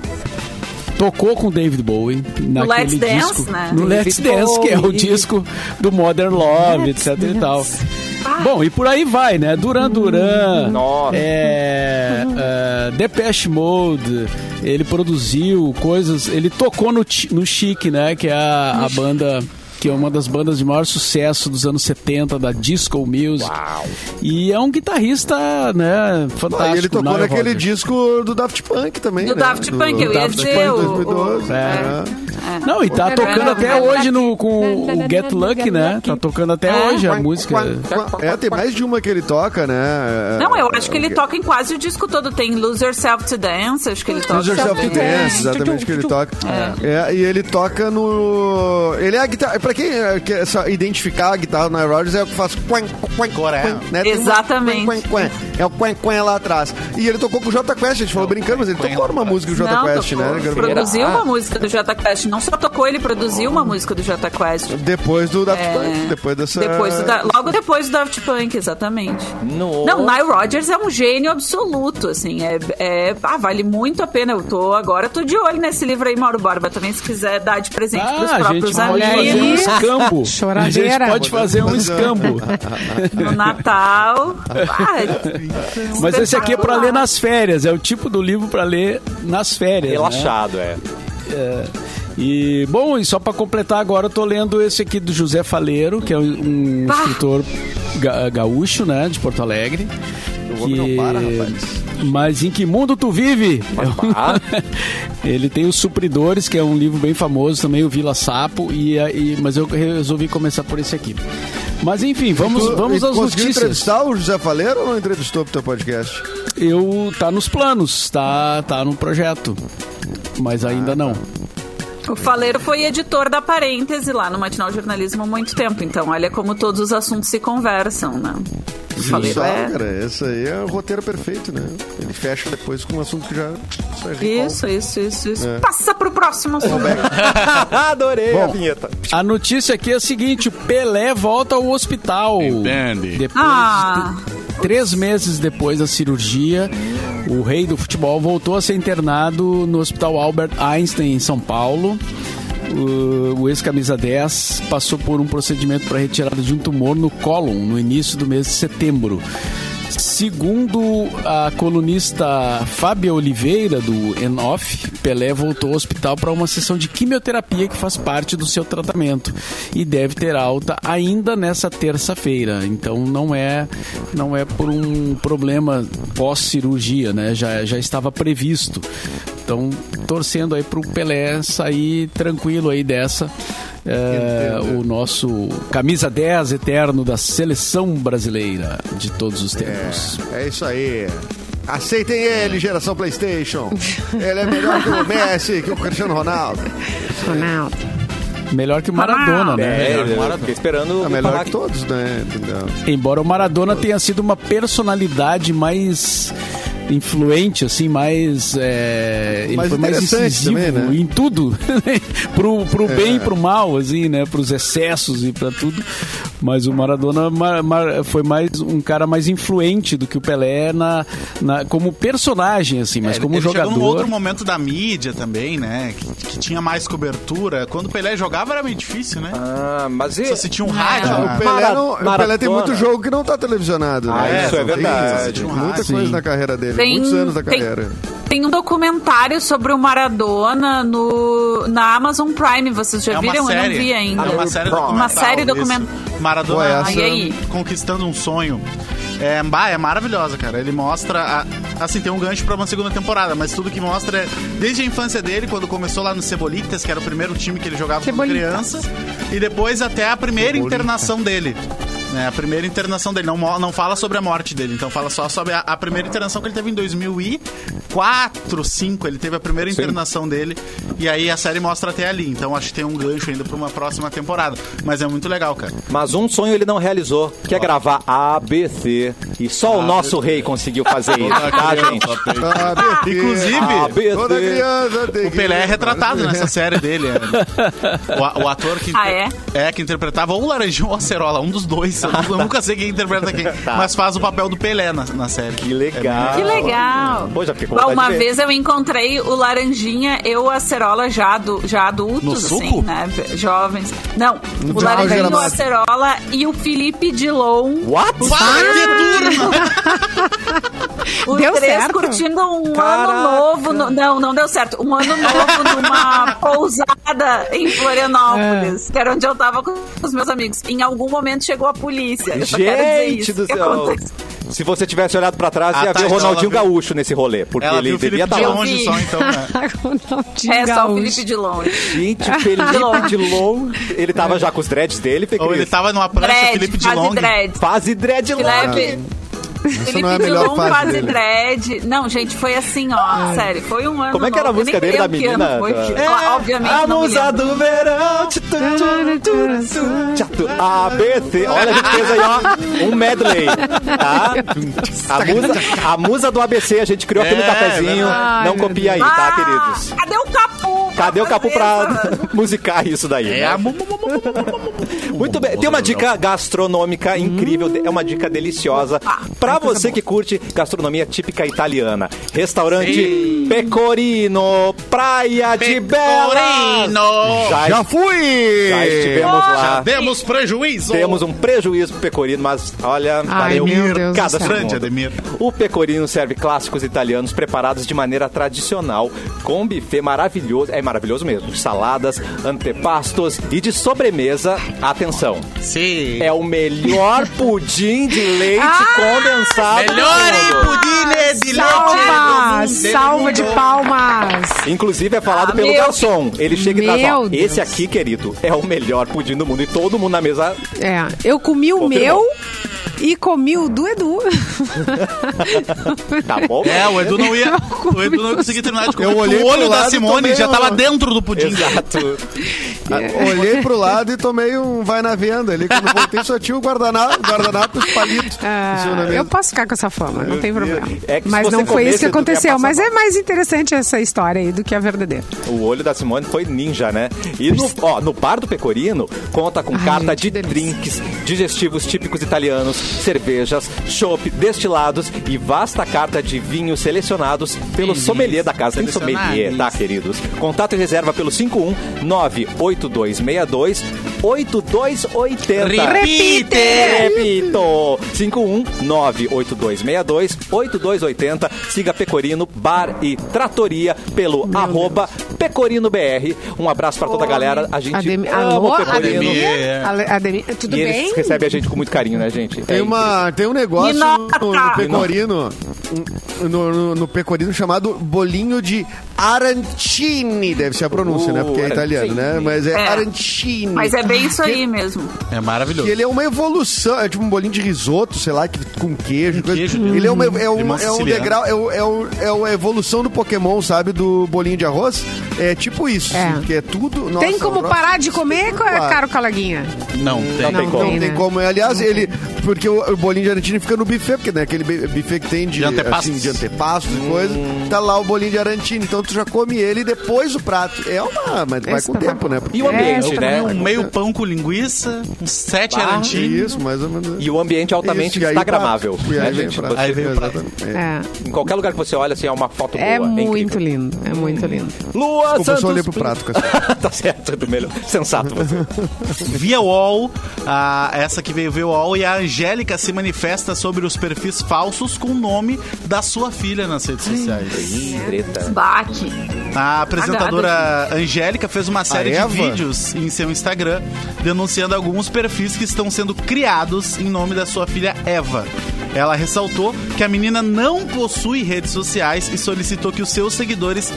Speaker 5: Tocou com o David Bowie naquele
Speaker 4: Let's Dance,
Speaker 5: disco.
Speaker 4: né?
Speaker 5: No Let's
Speaker 2: David
Speaker 5: Dance, que é o
Speaker 2: Bowie.
Speaker 5: disco do Modern Love,
Speaker 2: Let's
Speaker 5: etc e tal.
Speaker 2: Dance.
Speaker 5: Bom, e por aí vai, né? Duran Duran,
Speaker 1: Nossa.
Speaker 5: é, é, Depeche Mode, ele produziu coisas, ele tocou no, Chi- no Chic, né? Que é a, a banda, que é uma das bandas de maior sucesso dos anos 70, da Disco Music. E é um guitarrista, né?
Speaker 6: Ah,
Speaker 5: Fantástico.
Speaker 6: e ele tocou
Speaker 5: Nile
Speaker 6: naquele
Speaker 5: Rodgers.
Speaker 6: disco do Daft Punk também.
Speaker 4: Do
Speaker 6: né?
Speaker 4: Daft Punk, eu
Speaker 5: ia
Speaker 6: Daft
Speaker 5: dizer,
Speaker 6: Punk
Speaker 5: o-
Speaker 6: 2012.
Speaker 5: o-
Speaker 6: né?
Speaker 4: É.
Speaker 5: Não, e tá tocando até hoje no, com o Get Lucky, né? Tá tocando até hoje a música.
Speaker 6: É, tem mais de uma que ele toca, né?
Speaker 4: Não, eu acho que ele toca em quase o disco todo. Tem Lose Yourself to Dance, acho que ele toca. É.
Speaker 6: Lose Yourself to
Speaker 2: também.
Speaker 6: Dance, exatamente, que ele toca. É, e ele toca no... Ele é a guitarra... Pra quem é, quer só identificar a guitarra do Nile Rodgers, é o que faz... Quen, quen,
Speaker 3: Coré.
Speaker 6: quen, né? Tem um
Speaker 4: Exatamente.
Speaker 6: quen, quen, quen. É o quen, quen lá atrás. E ele tocou com o Jota Quest, a gente falou brincando, mas ele
Speaker 3: quen
Speaker 6: tocou
Speaker 3: lá
Speaker 6: numa
Speaker 3: atrás.
Speaker 6: música do Jota
Speaker 4: Não,
Speaker 6: Quest,
Speaker 4: tocou.
Speaker 6: né?
Speaker 4: Produziu
Speaker 6: Ah,
Speaker 4: uma música do Jota Quest. Não só tocou, ele produziu uma música do Jota Quest.
Speaker 6: Depois do Daft
Speaker 4: É.
Speaker 6: Punk, depois dessa...
Speaker 4: Depois do da- Logo depois do Daft Punk, exatamente.
Speaker 1: No-
Speaker 4: Não, Nile Rodgers é um gênio absoluto, assim. É, é- ah, vale muito a pena. Eu tô agora, tô de olho nesse livro aí, Mauro Borba. Também se quiser dar de presente pros
Speaker 5: Ah, a gente
Speaker 4: próprios
Speaker 5: pode fazer um
Speaker 4: amigos
Speaker 5: escambo. A gente
Speaker 2: Choradeira.
Speaker 5: pode fazer um escambo.
Speaker 6: é.
Speaker 4: no Natal. Ah,
Speaker 5: Mas esse aqui é pra ler nas férias. É o tipo do livro pra ler nas férias. Né?
Speaker 1: Relaxado, é.
Speaker 5: É. E, bom, e só pra completar agora, eu tô lendo esse aqui do José Faleiro, que é um
Speaker 4: Bah!
Speaker 5: escritor ga- gaúcho, né, de Porto Alegre.
Speaker 6: O homem não para, rapaz.
Speaker 5: Mas em que mundo tu vive?
Speaker 1: Bah.
Speaker 5: Ele tem os Supridores, que é um livro bem famoso também, o Vila Sapo, e, e- mas eu resolvi começar por esse aqui. Mas enfim, vamos,
Speaker 6: Tu- e
Speaker 5: vamos
Speaker 6: tu
Speaker 5: às
Speaker 6: conseguiu
Speaker 5: notícias.
Speaker 6: entrevistar o José Faleiro ou não entrevistou pro teu podcast?
Speaker 5: Eu tá nos planos, tá, tá no projeto. Mas ainda não.
Speaker 4: O Faleiro foi editor da Parêntese lá no Matinal Jornalismo há muito tempo. Então, olha como todos os assuntos se conversam, né? O Faleiro
Speaker 6: Só,
Speaker 4: é...
Speaker 6: cara, esse aí é o roteiro perfeito, né? Ele fecha depois com um assunto que É. já... só é recall.
Speaker 4: Isso, isso, isso, isso. Passa pro próximo assunto.
Speaker 6: é,
Speaker 1: Adorei a
Speaker 6: Bom.
Speaker 1: vinheta.
Speaker 5: A notícia aqui é a seguinte: o Pelé volta ao hospital.
Speaker 3: Entende.
Speaker 5: Depois
Speaker 4: Ah.
Speaker 5: de- três meses depois da cirurgia, o rei do futebol voltou a ser internado no Hospital Albert Einstein, em São Paulo. O, o ex-camisa 10 passou por um procedimento para retirada de um tumor no cólon no início do mês de setembro. Segundo a colunista Fábia Oliveira, do Enoff, Pelé voltou ao hospital para uma sessão de quimioterapia que faz parte do seu tratamento e deve ter alta ainda nessa terça-feira. Então não é não é por um problema pós-cirurgia, né? Já, já estava previsto. Então torcendo aí para o Pelé sair tranquilo aí dessa. É, o nosso camisa 10 eterno da seleção brasileira de todos os tempos.
Speaker 6: É isso aí. Aceitem ele, geração PlayStation. Ele é melhor que o Messi, que o Cristiano Ronaldo.
Speaker 4: Tá
Speaker 2: Ronaldo.
Speaker 5: Melhor que o Maradona, né?
Speaker 1: É,
Speaker 3: melhor que o
Speaker 1: eu
Speaker 3: Maradona.
Speaker 1: fiquei esperando
Speaker 6: É
Speaker 1: o
Speaker 6: melhor
Speaker 1: Pará-
Speaker 6: que todos, né? Entendeu?
Speaker 5: Embora o Maradona tenha sido uma personalidade mais influente, assim, mais. é, ele
Speaker 6: Mais
Speaker 5: foi mais
Speaker 6: interessante
Speaker 5: incisivo
Speaker 6: também, né?
Speaker 5: em tudo. pro pro bem e pro mal, assim, né? Pros excessos e pra tudo. Mas o Maradona ma- ma- foi mais um cara mais influente do que o Pelé na, na- como personagem, assim, mas
Speaker 3: É,
Speaker 5: como
Speaker 3: ele
Speaker 5: jogador.
Speaker 3: Chegou num outro momento da mídia também, né? Que, que tinha mais cobertura. Quando o Pelé jogava era meio difícil, né?
Speaker 1: Ah, mas
Speaker 4: É.
Speaker 1: e...
Speaker 3: Só se tinha um rádio.
Speaker 6: Então, O
Speaker 3: né?
Speaker 6: Pelé, não-
Speaker 1: Maratona.
Speaker 6: o Pelé tem muito jogo que não tá televisionado. né?
Speaker 1: Ah, isso é
Speaker 6: Não tem
Speaker 1: verdade.
Speaker 6: isso. Muita
Speaker 5: Sim.
Speaker 6: coisa na carreira dele,
Speaker 4: Tem-
Speaker 6: muitos anos da
Speaker 4: tem-
Speaker 6: carreira.
Speaker 4: Tem um documentário sobre o Maradona no, na Amazon Prime. Vocês já
Speaker 3: É uma
Speaker 4: viram? Eu não
Speaker 3: série.
Speaker 4: vi ainda.
Speaker 3: É uma série documental.
Speaker 4: Uma série documental.
Speaker 3: isso. Maradona
Speaker 6: Pô, essa-
Speaker 4: E aí?
Speaker 3: conquistando um sonho. É, bah, é maravilhosa, cara. Ele mostra. a- assim, tem um gancho pra uma segunda temporada, mas tudo que mostra é desde a infância dele, quando começou lá no Cebolitas, que era o primeiro time que ele jogava como
Speaker 2: Cebolitas.
Speaker 3: criança, e depois até a primeira internação dele. né? a primeira internação dele. Não, mo- não fala sobre a morte dele, então fala só sobre a, a primeira internação que ele teve em 2004, 5 Ele teve a primeira internação dele. E aí a série mostra até ali. Então acho que tem um gancho ainda pra uma próxima temporada. Mas é muito legal, cara.
Speaker 1: Mas um sonho ele não realizou, que é gravar ABC. E só
Speaker 3: Ah,
Speaker 1: o nosso rei conseguiu fazer isso, tá, gente?
Speaker 6: Ah, Beatriz,
Speaker 1: Inclusive,
Speaker 6: toda criança tem né?
Speaker 3: O Pelé é
Speaker 1: né?
Speaker 3: retratado nessa série dele. é. O, a- o ator que, É,
Speaker 4: Ah, é?
Speaker 3: que interpretava ou o Laranjão ou a Cerola, um dos dois. Isso, eu nunca sei quem interpreta quem. Mas faz o papel do Pelé na, na série.
Speaker 1: Tá.
Speaker 3: É
Speaker 1: Que legal.
Speaker 4: Que legal.
Speaker 1: Pô, já fiquei é, com
Speaker 4: Bah,
Speaker 1: vontade
Speaker 4: uma
Speaker 1: de ver.
Speaker 4: vez eu encontrei o Laranjinha e o Acerola já, adu- já adultos,
Speaker 3: No
Speaker 4: assim,
Speaker 3: suco?
Speaker 4: né? Jovens. Não, o
Speaker 6: auge
Speaker 4: Laranjinha,
Speaker 6: da
Speaker 4: o
Speaker 1: é.
Speaker 6: massa.
Speaker 4: Acerola e o Felipe Dilon.
Speaker 1: What?
Speaker 3: Para que turma!
Speaker 4: Os
Speaker 2: Deu
Speaker 4: três
Speaker 2: certo?
Speaker 4: curtindo um
Speaker 1: Caraca.
Speaker 4: ano novo. no- não, não deu certo. Um ano novo numa pousada em Florianópolis,
Speaker 1: É.
Speaker 4: que era onde eu tava com os meus amigos. Em algum momento chegou a polícia. Eu só quero dizer
Speaker 1: Gente
Speaker 4: isso.
Speaker 1: do
Speaker 4: que
Speaker 1: céu.
Speaker 4: aconteceu.
Speaker 1: Se você tivesse olhado pra trás,
Speaker 3: Ah,
Speaker 1: ia
Speaker 3: tá,
Speaker 1: ver o
Speaker 3: então ela
Speaker 1: Ronaldinho
Speaker 3: viu-
Speaker 1: Gaúcho nesse rolê, porque
Speaker 3: Ela
Speaker 1: ele
Speaker 3: viu o
Speaker 1: devia tá estar
Speaker 3: Felipe de
Speaker 1: lá.
Speaker 3: longe
Speaker 4: vi.
Speaker 3: só, então. né?
Speaker 2: Ronaldinho
Speaker 4: É só o
Speaker 2: Gaúcho.
Speaker 4: Felipe Dilon.
Speaker 1: Gente, Felipe Dilon, ele tava já com os dreads dele, Fê
Speaker 3: Ou ele tá
Speaker 1: Cris?
Speaker 3: tava numa prancha, o Felipe
Speaker 4: Dread,
Speaker 3: de
Speaker 4: fase
Speaker 3: Long.
Speaker 4: dread.
Speaker 1: Fase dread
Speaker 4: Felipe,
Speaker 6: Essa
Speaker 4: Felipe
Speaker 6: não é a melhor
Speaker 4: Dilon
Speaker 6: fase
Speaker 4: um quase
Speaker 6: dele.
Speaker 4: dread. Não, gente, foi assim, ó. Sério, foi um ano.
Speaker 1: Como é que era a
Speaker 4: novo. Eu
Speaker 1: música
Speaker 4: nem
Speaker 1: dele da
Speaker 4: lembro que
Speaker 1: menina?
Speaker 4: ano foi, porque,
Speaker 1: É,
Speaker 4: obviamente.
Speaker 1: a
Speaker 4: não me
Speaker 1: musa
Speaker 4: lembro.
Speaker 1: do verão. tchu, tchu, tchu, tchu, tchu, tchu, tchu, ABC. Olha, a gente fez aí, ó, um medley. Tá? A musa, a musa do ABC a gente criou aqui no
Speaker 3: É,
Speaker 1: cafezinho.
Speaker 2: verdade.
Speaker 1: Não
Speaker 2: Ai, meu
Speaker 1: copia aí, tá,
Speaker 4: Ah,
Speaker 1: queridos?
Speaker 4: Cadê o Capu? Tá pra
Speaker 1: Cadê o Capu
Speaker 4: fazer
Speaker 1: pra
Speaker 4: essa-
Speaker 1: musicar isso daí?
Speaker 3: É
Speaker 1: né?
Speaker 3: a mu- mu- mu- mu-
Speaker 1: Muito bem. Tem uma dica gastronômica incrível, é uma dica deliciosa
Speaker 2: Ah, tá,
Speaker 1: pra você que curte gastronomia típica italiana. Restaurante Pecorino, Praia de Bela.
Speaker 3: Pecorino.
Speaker 1: Já,
Speaker 6: Já fui!
Speaker 1: já estivemos
Speaker 3: Já
Speaker 1: lá.
Speaker 3: demos prejuízo.
Speaker 1: Temos um prejuízo pro pecorino, mas olha,
Speaker 2: Ai,
Speaker 1: valeu
Speaker 2: meu Deus
Speaker 1: cada
Speaker 2: do céu.
Speaker 1: segundo.
Speaker 3: Grande, Ademir.
Speaker 1: O pecorino serve clássicos italianos preparados de maneira tradicional, com buffet maravilhoso, é maravilhoso mesmo, de saladas, antepastos e de sobremesa, atenção,
Speaker 3: Sim.
Speaker 1: é o melhor pudim de leite condensado. do mundo.
Speaker 3: pudine de
Speaker 2: Salva! Salva de palmas!
Speaker 1: Inclusive é falado
Speaker 4: Ah,
Speaker 1: pelo
Speaker 4: meu-
Speaker 1: garçom. Ele chega e traz, ó,
Speaker 2: Meu
Speaker 1: esse
Speaker 2: Deus.
Speaker 1: aqui, querido, é o melhor pudim do mundo. E todo mundo na mesa
Speaker 2: É, eu comi o
Speaker 1: Confirmou.
Speaker 2: meu e comi o do Edu.
Speaker 1: tá bom.
Speaker 3: É, o Edu não ia. O Edu não conseguia terminar de comer.
Speaker 6: Eu olhei
Speaker 3: o
Speaker 6: pro
Speaker 3: olho da
Speaker 6: lado e
Speaker 3: Simone
Speaker 6: tomei
Speaker 3: já
Speaker 6: um-
Speaker 3: tava dentro do pudim.
Speaker 1: Exato.
Speaker 6: Ah, Olhei pro lado e tomei um vai na venda ali. Quando voltei, só tinha o guardanapo, guardanapo e os palitos.
Speaker 2: Ah,
Speaker 6: em cima da mesa.
Speaker 2: eu posso ficar com essa fama, não tem problema.
Speaker 1: É que se
Speaker 2: Mas
Speaker 1: você
Speaker 2: não foi
Speaker 1: comesse,
Speaker 2: isso que
Speaker 1: Edu, tu ia
Speaker 2: aconteceu.
Speaker 1: passar
Speaker 2: Mas é mais interessante essa história aí do que a verdadeira.
Speaker 1: O olho da Simone foi ninja, né? E no, ó, no bar do Pecorino, conta com
Speaker 2: Ai,
Speaker 1: carta
Speaker 2: que
Speaker 1: de
Speaker 2: delícia.
Speaker 1: drinks, digestivos típicos italianos, cervejas, chopp, destilados e vasta carta de vinhos selecionados pelo sommelier da casa. Tem sommelier, tá, queridos? Contato e reserva pelo 5198262 8280.
Speaker 3: Repite!
Speaker 1: Repito! 51982628280. Siga Pecorino Bar e Tratoria pelo arroba PecorinoBR. Um abraço pra toda a galera. A gente
Speaker 2: Ademir,
Speaker 1: ama
Speaker 2: alô,
Speaker 1: o Pecorino.
Speaker 2: Ademir?
Speaker 3: É.
Speaker 2: Ale- Ademir, tudo
Speaker 1: E
Speaker 2: bem?
Speaker 1: eles recebem a gente com muito carinho, né, gente? É
Speaker 6: Tem, uma, tem um negócio no,
Speaker 4: Minota!
Speaker 6: no pecorino, um, no, no- no pecorino chamado bolinho de arancini, deve ser a pronúncia,
Speaker 1: Uh,
Speaker 6: né? Porque é italiano,
Speaker 1: arancini.
Speaker 6: né? Mas é,
Speaker 4: É.
Speaker 6: arancini.
Speaker 4: Mas é bem isso aí mesmo.
Speaker 3: É
Speaker 6: Que
Speaker 3: maravilhoso.
Speaker 6: ele é uma evolução, é tipo um bolinho de risoto, sei lá, que, com queijo. coisa.
Speaker 3: queijo,
Speaker 6: ele é, uma, é, um,
Speaker 3: Limão
Speaker 6: é um
Speaker 3: siciliano.
Speaker 6: degrau, é, o- é, o- é uma evolução do Pokémon, sabe? Do bolinho de arroz. É tipo isso,
Speaker 2: É.
Speaker 6: que é tudo. Nossa,
Speaker 2: tem como
Speaker 6: nossa,
Speaker 2: parar de comer, é
Speaker 6: claro.
Speaker 2: caro Calaguinha?
Speaker 3: Não, tem.
Speaker 1: Não tem como.
Speaker 6: Não tem
Speaker 2: né?
Speaker 6: como. é, Aliás, ele. Porque o, o bolinho de arancini fica no buffet, porque né, aquele bu- buffet que tem de,
Speaker 3: De antepassos.
Speaker 6: assim, de antepassos e coisa. Tá lá o bolinho de arancini. Então tu já come ele e depois o prato. É uma. Mas vai
Speaker 2: Esse
Speaker 6: com o
Speaker 2: tá
Speaker 6: tempo, né?
Speaker 1: E o
Speaker 6: Porque-
Speaker 1: ambiente,
Speaker 2: É,
Speaker 1: né?
Speaker 3: Um meio pão com linguiça, uns sete
Speaker 1: Ah,
Speaker 6: É
Speaker 3: arantins.
Speaker 6: Isso, mais ou menos.
Speaker 1: E o ambiente altamente
Speaker 6: Isso, e aí tá
Speaker 1: instagramável.
Speaker 6: prato. E
Speaker 1: né,
Speaker 6: aí vem
Speaker 1: gente?
Speaker 6: prato.
Speaker 3: Aí vem prato.
Speaker 6: Exatamente.
Speaker 2: É,
Speaker 1: Em qualquer lugar que você olha, assim, é uma foto
Speaker 2: é
Speaker 1: boa. é
Speaker 2: muito
Speaker 1: incrível.
Speaker 2: lindo, é muito lindo.
Speaker 1: Lua
Speaker 6: Desculpa, eu
Speaker 1: Santos.
Speaker 6: só olhei pro prato, Cassiano.
Speaker 1: tá certo, do melhor. Sensato você.
Speaker 3: Via UOL, a- essa que veio via UOL, e a Angélica se manifesta sobre os perfis falsos com o nome da sua filha nas redes sociais.
Speaker 1: Ih, treta.
Speaker 4: Baque.
Speaker 3: A apresentadora Angélica fez uma série de
Speaker 6: Eva?
Speaker 3: vídeos em seu Instagram denunciando alguns perfis que estão sendo criados em nome da sua filha Eva. Ela ressaltou que a menina não possui redes sociais e solicitou que os seus seguidores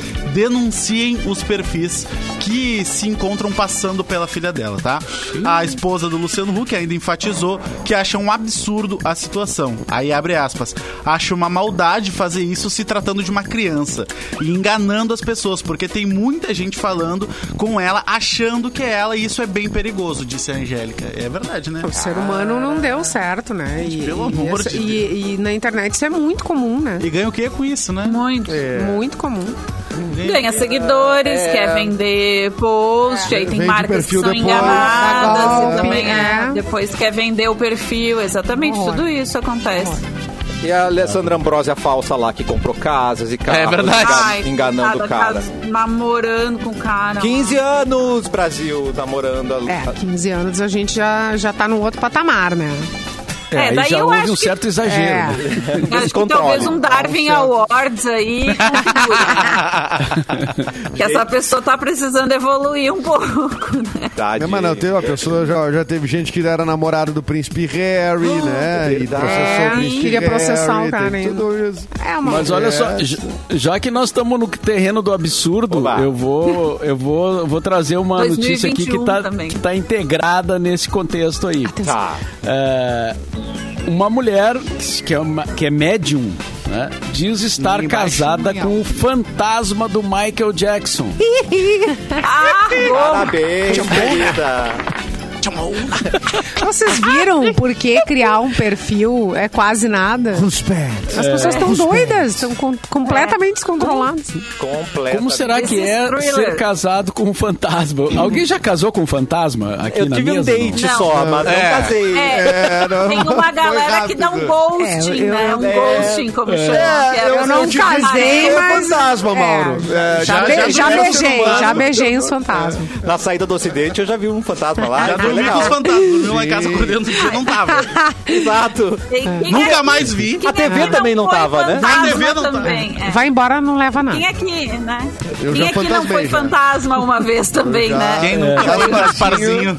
Speaker 3: denunciem os perfis que se encontram passando pela filha dela, tá? A esposa do Luciano Huck ainda enfatizou que acha um absurdo a situação. Aí abre aspas. Acho uma maldade fazer isso se tratando de uma criança e enganando as pessoas, porque tem muita gente falando com ela achando que é ela e isso é bem perigoso, disse a Angélica. É verdade, né?
Speaker 2: O
Speaker 1: Ah.
Speaker 2: ser humano não deu certo, né? E,
Speaker 3: pelo amor
Speaker 2: isso-
Speaker 3: de
Speaker 2: e- e na internet isso é muito comum, né?
Speaker 3: E ganha o que com isso, né?
Speaker 4: Muito.
Speaker 1: É.
Speaker 2: Muito comum.
Speaker 4: Ganha seguidores, quer vender post, aí tem
Speaker 6: Vende
Speaker 1: É.
Speaker 4: marcas que
Speaker 6: perfil
Speaker 4: são
Speaker 6: depois.
Speaker 4: enganadas
Speaker 2: Dá
Speaker 4: e
Speaker 2: golpe,
Speaker 4: também
Speaker 2: é.
Speaker 1: né?
Speaker 4: é, depois quer vender o perfil, exatamente,
Speaker 2: Horror.
Speaker 4: tudo isso acontece.
Speaker 1: E a Alessandra Ambrosia falsa lá, que comprou casas e carros.
Speaker 7: É verdade.
Speaker 1: engan-
Speaker 4: Ai,
Speaker 1: enganando o
Speaker 4: coitada,
Speaker 1: cara.
Speaker 4: tá namorando com o cara.
Speaker 1: 15 anos, Brasil, namorando. a-
Speaker 2: É, 15 anos a gente já, já tá num outro patamar, né?
Speaker 5: É,
Speaker 4: É,
Speaker 5: aí
Speaker 4: daí
Speaker 5: já
Speaker 4: eu
Speaker 5: houve
Speaker 4: acho
Speaker 5: um
Speaker 4: que-
Speaker 5: certo exagero. né?
Speaker 2: É.
Speaker 4: Acho que
Speaker 1: Descontrole.
Speaker 4: talvez um Darwin Awards aí configura. que essa pessoa tá precisando evoluir um pouco, né?
Speaker 1: Tadinho.
Speaker 6: É, mas não, teve uma pessoa, já, já teve gente que era namorado do príncipe Harry, né? E
Speaker 1: verdade.
Speaker 6: processou
Speaker 2: É,
Speaker 6: o príncipe
Speaker 2: queria
Speaker 6: Harry,
Speaker 2: processar o cara
Speaker 6: tem
Speaker 2: ainda.
Speaker 6: tudo isso.
Speaker 2: É uma...
Speaker 5: Mas olha só, j- já que nós estamos no terreno do absurdo,
Speaker 1: Oba.
Speaker 5: eu vou eu vou eu vou trazer uma notícia aqui que
Speaker 4: 2021
Speaker 5: tá,
Speaker 4: também.
Speaker 5: que tá integrada nesse contexto aí.
Speaker 1: Tá.
Speaker 5: É, uma mulher que é, uma- que é médium né, diz estar casada com o fantasma do Michael Jackson.
Speaker 4: Ah, bom.
Speaker 1: Parabéns, querida.
Speaker 2: Vocês viram por que criar um perfil é quase nada? As pessoas estão doidas, estão com- completamente descontroladas.
Speaker 1: Completa.
Speaker 5: Como será que
Speaker 4: Esses
Speaker 5: é
Speaker 4: thriller.
Speaker 5: ser casado com um fantasma? Alguém já casou com um fantasma aqui
Speaker 1: Eu
Speaker 5: na
Speaker 1: tive um
Speaker 5: mesa? não?
Speaker 1: date
Speaker 4: Não.
Speaker 1: só, mas
Speaker 7: É.
Speaker 1: não casei.
Speaker 4: É,
Speaker 6: É, não,
Speaker 4: tem
Speaker 6: foi
Speaker 4: uma galera que dá um
Speaker 6: rápido.
Speaker 4: ghosting,
Speaker 2: É, eu-
Speaker 4: né? Um
Speaker 1: é,
Speaker 4: ghosting, como chama. que é
Speaker 6: Assim, eu
Speaker 4: você
Speaker 6: não
Speaker 4: diz,
Speaker 2: casei,
Speaker 4: "Ah,
Speaker 6: É
Speaker 2: mas-
Speaker 6: fantasma,
Speaker 2: é.
Speaker 6: Mauro.
Speaker 2: Já,
Speaker 6: É, já,
Speaker 2: be-
Speaker 6: já,
Speaker 2: já
Speaker 6: já
Speaker 2: beijei, já beijei os fantasmas.
Speaker 1: Na saída do ocidente eu já vi um fantasma lá.
Speaker 3: Já
Speaker 1: foi
Speaker 3: dormi com
Speaker 1: legal.
Speaker 3: os fantasmas, dormi lá em casa por dentro porque não tava.
Speaker 1: Exato.
Speaker 4: Tem- quem
Speaker 3: Nunca
Speaker 4: é-
Speaker 3: mais vi.
Speaker 4: quem
Speaker 1: A TV
Speaker 4: é que
Speaker 1: também não
Speaker 4: foi
Speaker 1: tava, né?
Speaker 4: fantasma
Speaker 3: A TV não tava.
Speaker 4: também, é.
Speaker 2: Vai embora, não leva nada.
Speaker 4: Quem é que, né?
Speaker 6: Eu
Speaker 4: Quem
Speaker 6: já
Speaker 4: é que não
Speaker 6: fantasmei,
Speaker 4: foi
Speaker 6: já.
Speaker 4: fantasma uma vez também, né?
Speaker 3: Quem nunca
Speaker 6: Já
Speaker 3: foi
Speaker 6: no
Speaker 3: Gasparzinho?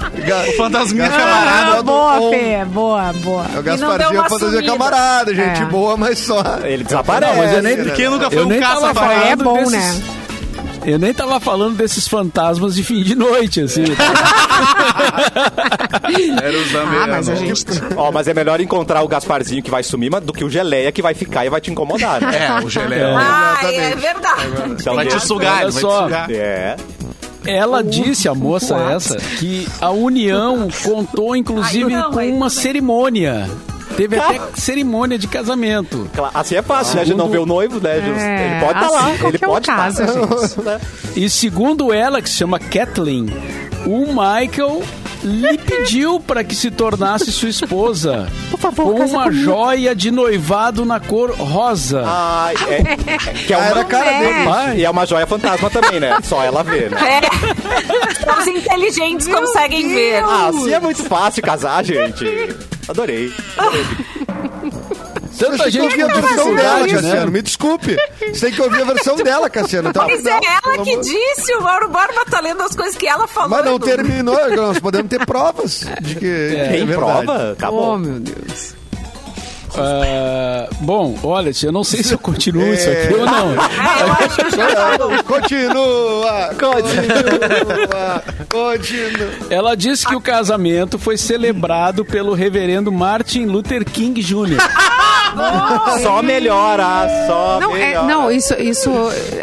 Speaker 3: O fantasminha camarada.
Speaker 2: Ah,
Speaker 6: Camarada
Speaker 2: boa,
Speaker 6: do-
Speaker 2: Fê, boa, boa.
Speaker 6: É o
Speaker 4: deu
Speaker 6: Gasparzinho
Speaker 4: uma
Speaker 6: é fantasia
Speaker 4: sumida.
Speaker 6: camarada, gente
Speaker 2: É.
Speaker 6: boa, mas só.
Speaker 1: Ele desaparece.
Speaker 5: Não, mas eu nem-
Speaker 3: Quem nunca foi
Speaker 5: Eu
Speaker 3: um
Speaker 5: nem
Speaker 3: caça
Speaker 5: tava
Speaker 2: É
Speaker 5: falando
Speaker 2: bom,
Speaker 5: desses-
Speaker 2: né?
Speaker 5: Eu nem tava falando desses fantasmas de fim de noite, assim.
Speaker 3: Era os
Speaker 2: Ah, mas a gente.
Speaker 1: Ó, mas é melhor encontrar o Gasparzinho que vai sumir mas do que o Geleia que vai ficar e vai te incomodar, né?
Speaker 3: É, o geleia.
Speaker 4: Ah, é
Speaker 6: Exatamente.
Speaker 4: verdade.
Speaker 1: Então,
Speaker 3: Vai te
Speaker 1: é-
Speaker 3: sugar,
Speaker 5: Olha
Speaker 3: ele vai te
Speaker 5: só.
Speaker 3: sugar.
Speaker 1: É.
Speaker 5: Ela disse, a moça essa, que a união contou, inclusive,
Speaker 4: Ai, não,
Speaker 5: com
Speaker 4: aí
Speaker 5: uma
Speaker 4: tudo bem.
Speaker 5: cerimônia. Teve até cerimônia de casamento.
Speaker 1: Cla- Assim é fácil, né? A gente não vê o noivo, né? Ju?
Speaker 2: É,
Speaker 1: ele pode estar lá.
Speaker 2: assim
Speaker 1: Ele
Speaker 2: qualquer um
Speaker 1: pode tá, né? estar.
Speaker 2: casa, gente.
Speaker 5: E segundo ela, que se chama Kathleen, o Michael lhe pediu para que se tornasse sua esposa
Speaker 2: Por favor,
Speaker 5: com
Speaker 2: casa um
Speaker 5: uma
Speaker 2: comigo.
Speaker 5: joia de noivado na cor rosa.
Speaker 4: Ah,
Speaker 1: Ai, é, que é
Speaker 6: Ah,
Speaker 1: uma,
Speaker 6: era a cara
Speaker 2: É.
Speaker 6: dele.
Speaker 1: E é uma joia fantasma também, né? Só ela vê, né?
Speaker 4: É. Os inteligentes conseguem
Speaker 2: Deus.
Speaker 4: ver.
Speaker 6: tá
Speaker 1: Ah, assim é muito fácil casar, gente. Adorei.
Speaker 5: Tanta
Speaker 6: Você tem
Speaker 5: gente
Speaker 6: que ouvir
Speaker 5: com
Speaker 6: a versão dela,
Speaker 5: dificuldade,
Speaker 6: Cassiano.
Speaker 5: né?
Speaker 6: Me desculpe. Você tem que ouvir a versão dela, Cassiano. Tá?
Speaker 4: Mas é ela que disse, o Mauro Borba tá lendo as coisas que ela falou.
Speaker 6: Mas não
Speaker 4: Edu.
Speaker 6: terminou. é Nós podemos ter provas de que é,
Speaker 1: Tem
Speaker 6: verdade.
Speaker 1: prova? Tá
Speaker 2: Oh,
Speaker 1: bom.
Speaker 2: meu Deus.
Speaker 5: Ah, bom, olha, eu não sei se eu continuo isso aqui ou não.
Speaker 4: É, eu acho que já tá bom.
Speaker 6: Continua, continua, continua.
Speaker 5: Ela disse que o casamento foi celebrado pelo reverendo Martin Luther King Jr.
Speaker 1: Só melhora, só
Speaker 6: Tá
Speaker 2: Não, é,
Speaker 1: melhora.
Speaker 2: não
Speaker 6: né?
Speaker 2: isso, isso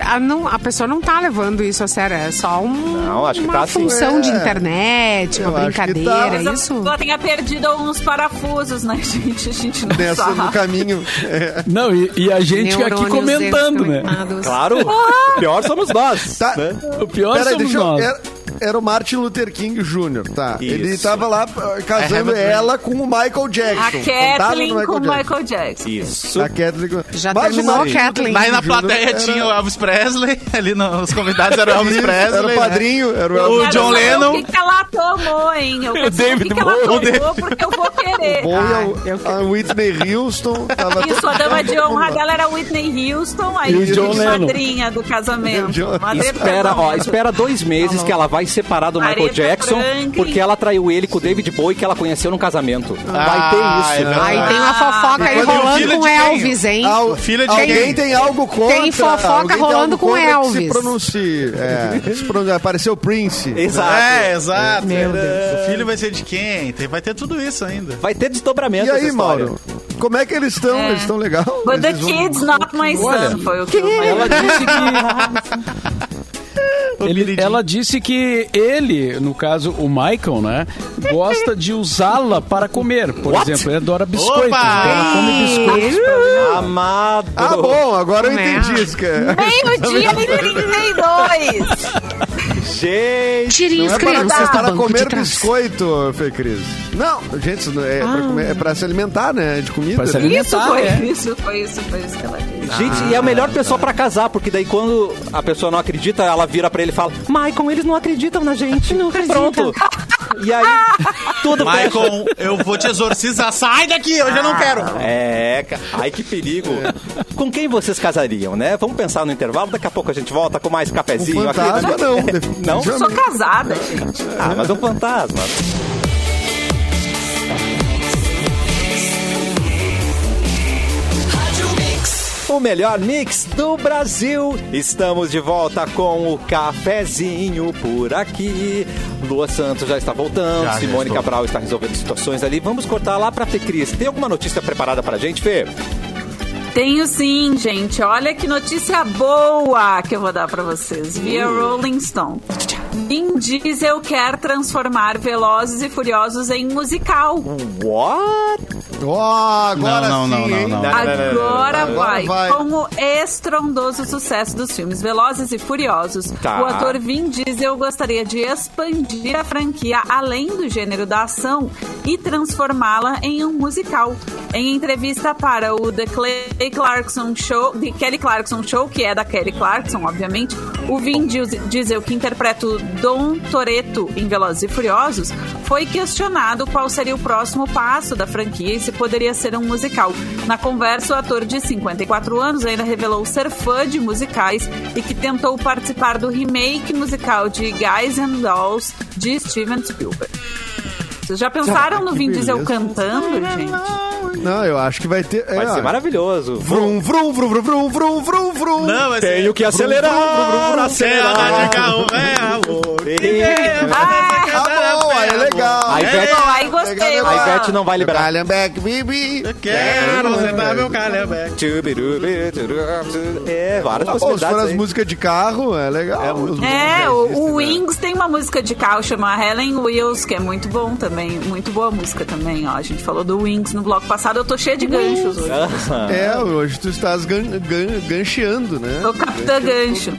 Speaker 2: a, não, a pessoa não tá levando isso a sério, é só um,
Speaker 1: Não, acho que
Speaker 2: uma
Speaker 1: tá assim.
Speaker 2: função de
Speaker 6: É.
Speaker 2: internet, uma
Speaker 6: Eu acho que tá.
Speaker 2: brincadeira,
Speaker 4: Mas
Speaker 2: é
Speaker 4: a
Speaker 2: isso?
Speaker 4: pessoa tenha perdido alguns parafusos, né, gente? A gente não
Speaker 6: Nessa no
Speaker 4: sabe.
Speaker 6: caminho. É.
Speaker 5: Não, e, e a gente aqui
Speaker 2: Neurônios
Speaker 5: comentando, né?
Speaker 2: desconectados.
Speaker 1: Claro,
Speaker 2: Ah!
Speaker 1: o pior somos nós.
Speaker 6: Tá.
Speaker 1: né?
Speaker 4: é
Speaker 5: O pior
Speaker 6: Peraí,
Speaker 5: somos
Speaker 6: deixa eu. é,
Speaker 5: nós.
Speaker 6: Era, era o Martin Luther King Jr., tá? Ele
Speaker 1: Isso.
Speaker 6: tava lá ah, casando
Speaker 3: I have a dream.
Speaker 6: ela com o Michael
Speaker 4: A
Speaker 6: Jackson.
Speaker 4: Kathleen com o
Speaker 6: Michael
Speaker 4: Michael Jackson.
Speaker 1: Isso.
Speaker 6: Jackson. A Kathleen com...
Speaker 2: Já
Speaker 6: Mas o
Speaker 2: terminou a
Speaker 6: Martin Luther
Speaker 2: Kathleen.
Speaker 6: King
Speaker 3: Daí na
Speaker 6: Jr.
Speaker 3: plateia
Speaker 6: era-
Speaker 3: tinha o Elvis Presley, ali nos convidados era o Elvis
Speaker 6: Isso,
Speaker 3: Presley.
Speaker 6: Era o
Speaker 3: né?
Speaker 6: padrinho, era o
Speaker 3: O
Speaker 6: Elvis
Speaker 4: Quero
Speaker 3: John
Speaker 4: saber
Speaker 3: Lennon.
Speaker 4: O que, que ela tomou, hein? Eu quero saber o que,
Speaker 5: David
Speaker 4: que ela
Speaker 5: Bowie.
Speaker 4: tomou,
Speaker 5: O David-
Speaker 4: porque eu vou querer.
Speaker 6: Bowie,
Speaker 2: Ah, eu-
Speaker 6: a Whitney Houston. Tava
Speaker 4: Isso, a dama de honra dela era Whitney Houston, aí
Speaker 5: E o
Speaker 4: teve
Speaker 5: John Lennon.
Speaker 4: madrinha do
Speaker 6: E o
Speaker 4: casamento.
Speaker 6: John-
Speaker 4: Madrinha do
Speaker 1: Espera, ó,
Speaker 4: casamento.
Speaker 1: espera dois meses que ela vai separar do Michael
Speaker 4: Tá Aretha
Speaker 1: Jackson
Speaker 4: Franklin.
Speaker 1: porque ela traiu ele com o David Bowie que ela conheceu num casamento. vai
Speaker 3: Ah,
Speaker 1: ter
Speaker 3: é
Speaker 1: isso.
Speaker 3: verdade.
Speaker 2: Aí tem uma fofoca aí
Speaker 6: Quando eu
Speaker 2: rolando
Speaker 3: filho
Speaker 2: com
Speaker 3: de quem?
Speaker 2: Elvis, hein?
Speaker 6: Al,
Speaker 3: Filha de
Speaker 6: alguém
Speaker 3: quem?
Speaker 6: tem algo contra.
Speaker 2: Tem fofoca
Speaker 6: alguém tem
Speaker 2: rolando
Speaker 6: algo
Speaker 2: com
Speaker 6: contra Que
Speaker 2: Elvis.
Speaker 6: se pronuncie. É, se pronuncie. Apareceu o Prince.
Speaker 1: Exato.
Speaker 3: É, exato.
Speaker 2: Meu
Speaker 3: O filho vai ser de quem? Tem- Vai ter tudo isso ainda.
Speaker 1: Vai ter
Speaker 3: é
Speaker 1: desdobramento
Speaker 6: E aí,
Speaker 1: essa história.
Speaker 6: Mauro? Como é que eles estão? Eles estão legal?
Speaker 4: But the
Speaker 6: Eles vão-
Speaker 4: kids,
Speaker 2: né?
Speaker 4: not my son, foi o que eu
Speaker 5: Ela disse
Speaker 4: Tá
Speaker 5: que. Ele- ela disse que ele, no caso o Michael, né, gosta de usá-la para comer. Por
Speaker 1: What?
Speaker 5: exemplo, ele adora biscoitos.
Speaker 3: Opa!
Speaker 5: então Ela come biscoitos.
Speaker 1: Amado.
Speaker 6: Ah, bom, agora eu
Speaker 2: Né?
Speaker 4: Tá
Speaker 6: entendi isso. Cara.
Speaker 4: Meio dia de 32!
Speaker 1: Gente!
Speaker 6: Não
Speaker 7: Tirem as
Speaker 6: é para,
Speaker 7: crianças do
Speaker 6: para
Speaker 7: banco de
Speaker 6: comer
Speaker 7: trás.
Speaker 6: biscoito, Fê Cris. Não, gente, isso não é, pra comer- é pra se alimentar, né? De comida.
Speaker 5: Pra se
Speaker 6: né?
Speaker 5: alimentar.
Speaker 4: Isso tá? foi,
Speaker 5: é.
Speaker 4: isso foi, isso foi isso que ela disse.
Speaker 1: Gente, e é a melhor pessoa pra casar, porque daí quando a pessoa não acredita, ela vira pra ele e fala: Maicon, eles não acreditam na gente. Não Pronto. E aí, tudo fecha.
Speaker 3: Maicon, eu vou te exorcizar. Sai daqui, hoje
Speaker 1: Ah,
Speaker 3: eu não quero. É.
Speaker 1: É, ca- ai que perigo. Com quem vocês casariam, né? Vamos pensar no intervalo, daqui a pouco a gente volta com mais
Speaker 6: Um
Speaker 1: cafezinho aqui.
Speaker 6: fantasma, não.
Speaker 1: Não?
Speaker 4: Eu sou casada, gente.
Speaker 1: Ah, mas é um fantasma. O melhor mix do Brasil. Estamos de volta com o cafezinho por aqui. Lua Santos já está voltando.
Speaker 3: Já, já
Speaker 1: Simone
Speaker 3: estou.
Speaker 1: Cabral está resolvendo situações ali. Vamos cortar lá para Fê Cris. Tem alguma notícia preparada para gente, Fê?
Speaker 4: Tenho sim, gente. Olha que notícia boa que eu vou dar pra vocês. Via Rolling Stone. Vin Diesel quer transformar Velozes e Furiosos em musical.
Speaker 1: What?
Speaker 6: Ó, agora
Speaker 3: Não, não,
Speaker 6: sim,
Speaker 3: não,
Speaker 6: hein?
Speaker 3: não, não.
Speaker 1: Não, não, não, não, não, não.
Speaker 4: Agora vai.
Speaker 6: vai.
Speaker 4: Com o estrondoso sucesso dos filmes Velozes e Furiosos,
Speaker 1: Tá.
Speaker 4: o ator Vin Diesel gostaria de expandir a franquia além do gênero da ação e transformá-la em um musical. Em entrevista para o The Clay Clarkson Show, The Kelly Clarkson Show, que é da Kelly Clarkson, obviamente, o Vin Diz- Diesel, que interpreta o Dom Toretto em Velozes e Furiosos, foi questionado qual seria o próximo passo da franquia e se poderia ser um musical. Na conversa, o ator de 54 anos ainda revelou ser fã de musicais e que tentou participar do remake musical de Guys and Dolls de Steven Spielberg. Vocês já pensaram no
Speaker 6: que
Speaker 4: Vin Diesel
Speaker 6: beleza.
Speaker 4: cantando, gente?
Speaker 6: Não, eu acho que vai ter. é,
Speaker 1: Vai ser maravilhoso.
Speaker 6: Vrum, vrum, vrum, vrum, vrum, vrum, vrum, vrum.
Speaker 3: Não, é mas
Speaker 1: Tenho que acelerar,
Speaker 3: Você anda de
Speaker 1: acelerar.
Speaker 3: carro, velho.
Speaker 4: Ah,
Speaker 6: Ah, bom, aí é legal.
Speaker 1: A Ivete-
Speaker 4: bom, aí gostei.
Speaker 1: A Ivete não vai liberar.
Speaker 6: Calhambeck, bibi.
Speaker 3: Eu quero levar meu calhambeque.
Speaker 1: É, várias
Speaker 6: Ah, Bom, se for
Speaker 1: possibilidades.
Speaker 6: as
Speaker 1: hein?
Speaker 6: músicas de carro, é legal. né? É, muito
Speaker 4: É, o, o Wings tem uma música de carro chama Helen Wheels, que é muito bom também. Muito boa música também, ó. A gente falou do Wings no bloco passado, eu tô cheia de ganchos hoje.
Speaker 6: É, hoje tu estás gan, gan, gancheando, né?
Speaker 4: Ah. Tô capitã gancho.